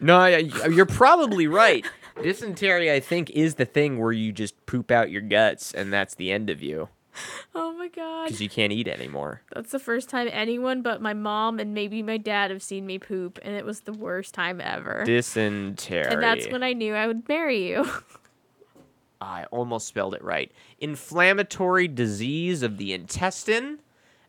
No, I- I- you're probably right. Dysentery, I think, is the thing where you just poop out your guts and that's the end of you [laughs] Oh my god, because you can't eat anymore. that's the first time anyone but my mom and maybe my dad have seen me poop, and it was the worst time ever. Dysentery. and that's when I knew I would marry you. [laughs] I almost spelled it right. Inflammatory disease of the intestine,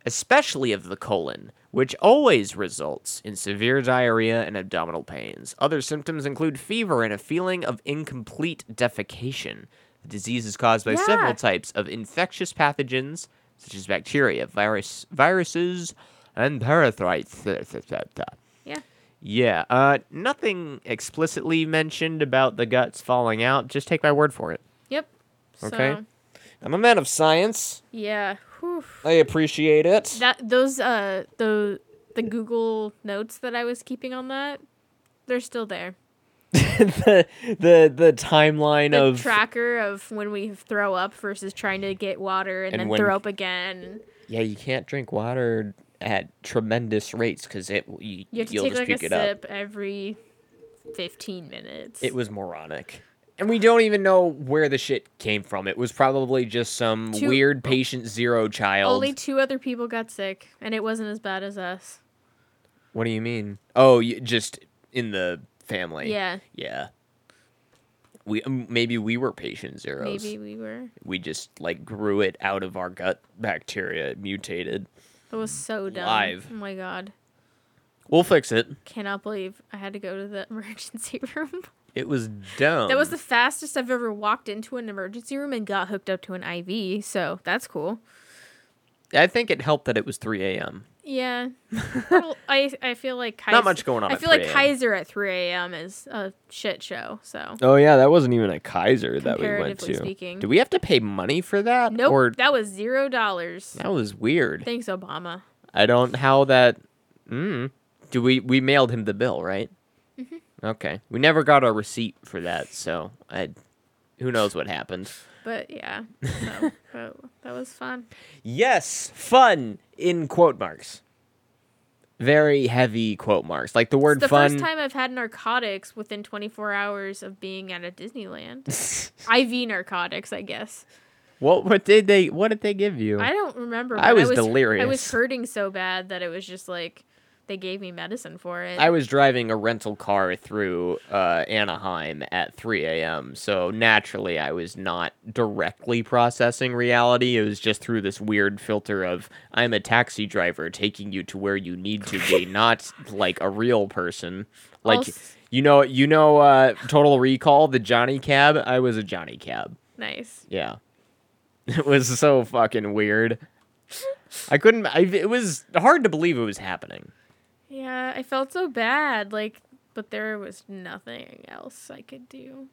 especially of the colon, which always results in severe diarrhea and abdominal pains. Other symptoms include fever and a feeling of incomplete defecation. The disease is caused by Yeah. several types of infectious pathogens, such as bacteria, virus, viruses, and parasites. yeah. Yeah, uh, nothing explicitly mentioned about the guts falling out. Just take my word for it. Yep. Okay. So, I'm a man of science. yeah. Whew. I appreciate it. That those uh the the Google notes that I was keeping on that, they're still there. [laughs] the the the timeline The of tracker of when we throw up versus trying to get water and, And then when- throw up again. yeah, you can't drink water at tremendous rates because it you, You have to will take just like a puke it up. sip every fifteen minutes. It was moronic. And we don't even know where the shit came from. It was probably just some Two- weird patient zero child. only two other people got sick, and it wasn't as bad as us. what do you mean? Oh, you, just in the family. Yeah, Yeah. We um, maybe we were patient zeros. maybe we were. We just like grew it out of our gut bacteria, it mutated. It was so dumb. Live. Oh my god, We'll fix it. cannot believe I had to go to the [laughs] emergency room. It was dumb. That was the fastest I've ever walked into an emergency room and got hooked up to an IV, so that's cool. I think it helped that it was 3 a.m. [laughs] Yeah. Well, I I feel like Kaiser, Not much going on I at feel like 3 a.m.. Kaiser at 3 a.m. is a shit show. So Oh yeah, that wasn't even a Kaiser that we went Comparatively to. speaking. Did we have to pay money for that? nope, Or that was zero dollars. that was weird. Thanks, Obama. I don't how that. Mm. Do we we mailed him the bill right? Mm-hmm. Okay, we never got a receipt for that, so I, who knows what happened. [laughs] But yeah, so, but that was fun. Yes, fun in quote marks. Very heavy quote marks, like the word It's the fun. first time I've had narcotics within 24 hours of being at a Disneyland. IV narcotics, I guess. [laughs] what what did they what did they give you? I don't remember. I but was I was delirious. hurting so bad that it was just like they gave me medicine for it. I was driving a rental car through uh, Anaheim at 3 a.m., so naturally I was not directly processing reality. It was just through this weird filter of I'm a taxi driver taking you to where you need to be, not like a real person. Like Also- you know, you know, uh, Total Recall, the Johnny Cab. I was a Johnny Cab. nice. Yeah. [laughs] It was so fucking weird. I couldn't. I, it was hard to believe it was happening. Yeah, I felt so bad. Like, but there was nothing else I could do.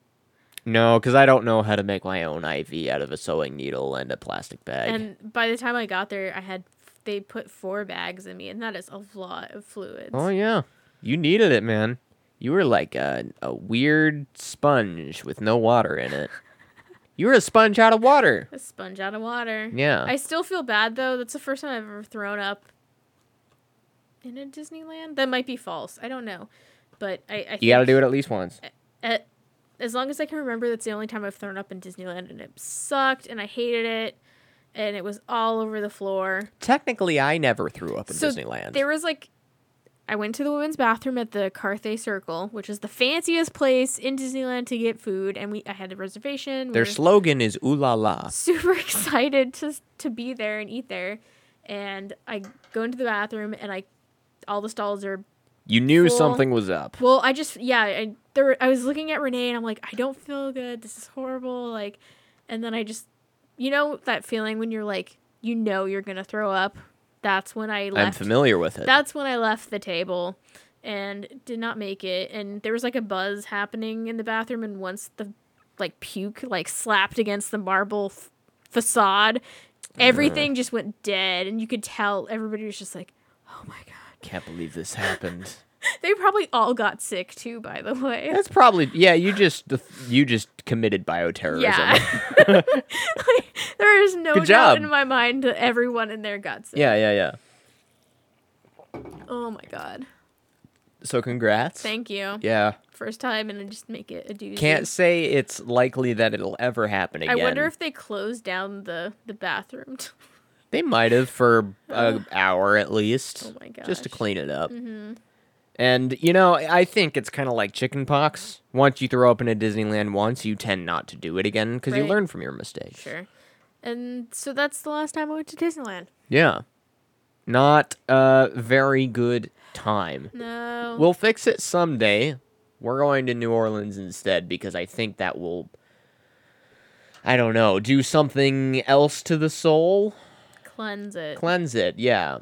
No, because I don't know how to make my own IV out of a sewing needle and a plastic bag. And by the time I got there, I had they put four bags in me, and that is a lot of fluids. oh yeah, you needed it, man. You were like a, a weird sponge with no water in [laughs] it. you were a sponge out of water. A sponge out of water. Yeah. I still feel bad though. That's the first time I've ever thrown up in a Disneyland. That might be false. I don't know, but I, I you got to think- do it at least once. at, as long as I can remember, that's the only time I've thrown up in Disneyland, and it sucked, and I hated it, and it was all over the floor. Technically, I never threw up in Disneyland. there was like, I went to the women's bathroom at the Carthay Circle, which is the fanciest place in Disneyland to get food, and we I had a reservation. We Their were slogan is "Ooh la la." super [laughs] excited to to be there and eat there, and I go into the bathroom, and I, all the stalls are You knew Full- something was up. Well, I just yeah, I there were- I was looking at Renee and I'm like, I don't feel good. This is horrible. Like, and then I just, you know, that feeling when you're like, you know, you're gonna throw up. That's when I left. I'm familiar with it. That's when I left the table, and did not make it and there was like a buzz happening in the bathroom and once the like puke like slapped against the marble f- facade everything just went dead and you could tell everybody was just like oh my god Can't believe this happened. they probably all got sick too by the way [laughs] That's probably yeah. You just you just committed bioterrorism. yeah like, there is no Good doubt job. in my mind that everyone in there got [laughs] sick yeah, yeah, yeah. oh my god So congrats. thank you Yeah. first time and I just make it a doozy Can't say it's likely that it'll ever happen I again. wonder if they closed down the the bathroom. [laughs] they might have for an hour at least, Oh my just to gosh. Mm-hmm. clean it up. And you know, I think it's kind of like chicken pox. Once you throw up in a Disneyland once, you tend not to do it again because you Right. learn from your mistakes. sure. And so that's the last time I went to Disneyland. Yeah. Not a very good time. No. We'll fix it someday. We're going to New Orleans instead because I think that will I don't know, do something else to the soul, cleanse it. cleanse it. Yeah.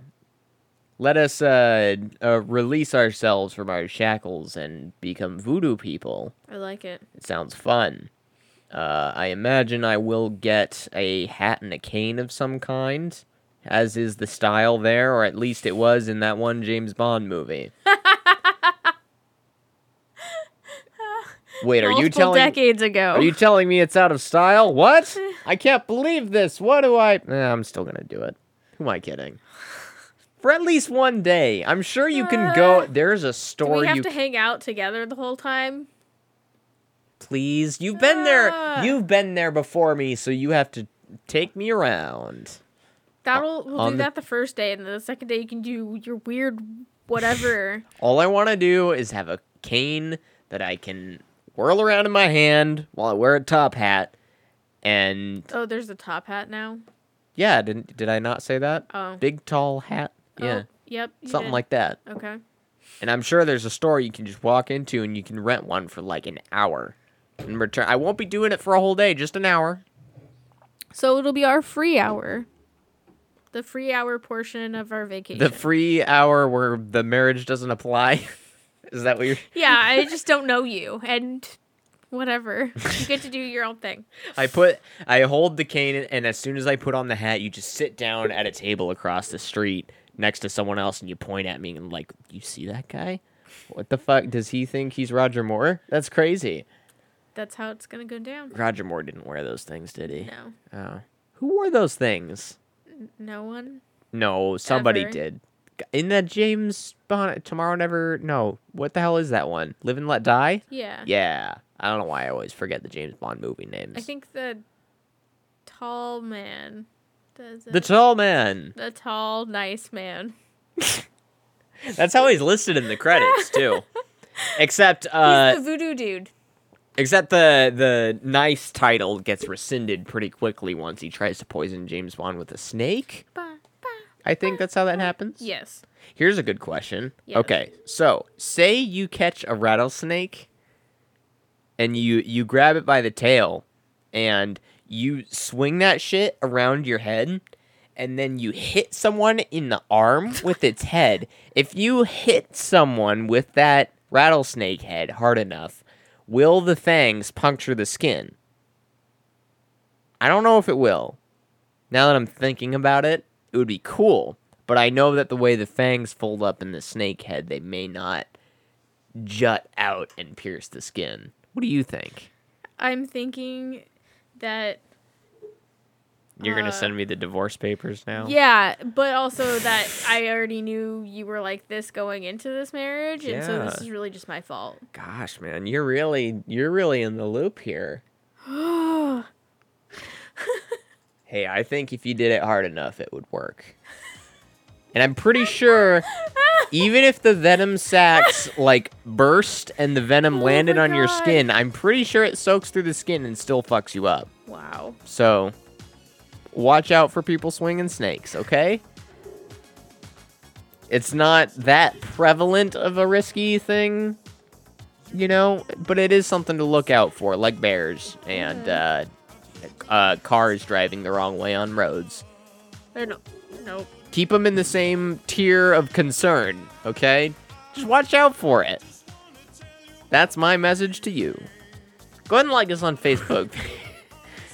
Let us uh, uh release ourselves from our shackles and become voodoo people. I like it. It sounds fun. Uh, I imagine I will get a hat and a cane of some kind, as is the style there, or at least it was in that one James Bond [laughs] movie. Wait, are Multiple you telling decades ago. are you telling me it's out of style? [laughs] What? I can't believe this. What do I? Eh, I'm still gonna do it. Who am I kidding? For at least one day, I'm sure you can go. Uh, There's a Do store we have you to hang out together the whole time? please. You've been there. Ah. You've been there before me, so you have to take me around. That'll we'll on do the- that the first day, and then the second day you can do your weird [sighs] whatever. All I want to do is have a cane that I can whirl around in my hand while I wear a top hat. And oh, there's the top hat now. yeah, didn't did I not say that? Oh. Big tall hat. Oh, Yeah. yep. you Something did. like that. Okay. And I'm sure there's a store you can just walk into and you can rent one for like an hour. In return, I won't be doing it for a whole day, just an hour. So it'll be our free hour. The free hour portion of our vacation. The free hour where the marriage doesn't apply. [laughs] Is that what you're? [laughs] Yeah, I just don't know you, and whatever. You get to do your own thing. I put I hold the cane and as soon as I put on the hat, you just sit down at a table across the street next to someone else and you point at me and like, "You see that guy? What the fuck does he think he's Roger Moore? That's crazy." That's how it's gonna go down. Roger Moore didn't wear those things, did he? No, Oh. Who wore those things? no one. No, somebody Ever. did. In that James Bond Tomorrow Never No, what the hell is that one? Live and Let Die? Yeah. Yeah. I don't know why I always forget the James Bond movie names. I think the tall man does it. The Tall Man. the tall, nice man. That's how he's listed in the [laughs] credits too. except uh He's the voodoo dude. except the the nice title gets rescinded pretty quickly once he tries to poison James Bond with a snake. Ba, ba. I think that's how that happens. Yes. Here's a good question. Yes. Okay. So, say you catch a rattlesnake and you you grab it by the tail and you swing that shit around your head and then you hit someone in the arm with its head. If you hit someone with that rattlesnake head hard enough, will the fangs puncture the skin? I don't know if it will. Now that I'm thinking about it, it would be cool. But I know that the way the fangs fold up in the snake head, they may not jut out and pierce the skin. What do you think? I'm thinking that You're gonna send me the divorce papers now? Uh, yeah, but also that I already knew you were like this going into this marriage, and so this Yeah. is really just my fault. Gosh, man, you're really you're really in the loop here. hey, I think if you did it hard enough, it would work. And I'm pretty sure even if the venom sacs like burst and the venom Oh landed my on your God. skin, I'm pretty sure it soaks through the skin and still fucks you up. Wow. So watch out for people swinging snakes, okay? It's not that prevalent of a risky thing, you know, but it is something to look out for, like bears and uh, uh, cars driving the wrong way on roads. They're no. Nope. Keep them in the same tier of concern, okay? Just watch out for it. That's my message to you. Go ahead and like us on Facebook.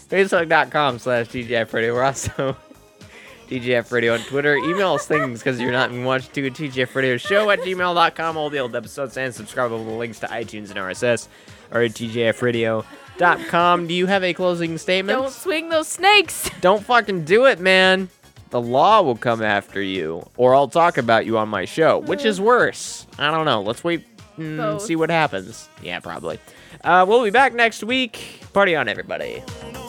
Facebook.com slash DJF Radio. We're also [laughs] DJF Radio on Twitter. Email us things because you're not in watch to TGF Radio Show at gmail.com. All the old episodes and subscribe over the links to iTunes and RSS or at TGFRadio.com. Do you have a closing statement? Don't swing those snakes. Don't fucking do it, man. The law will come after you, or I'll talk about you on my show, which is worse. I don't know. Let's wait and Both. see what happens. Yeah, probably. Uh, we'll be back next week. Party on, everybody. Thank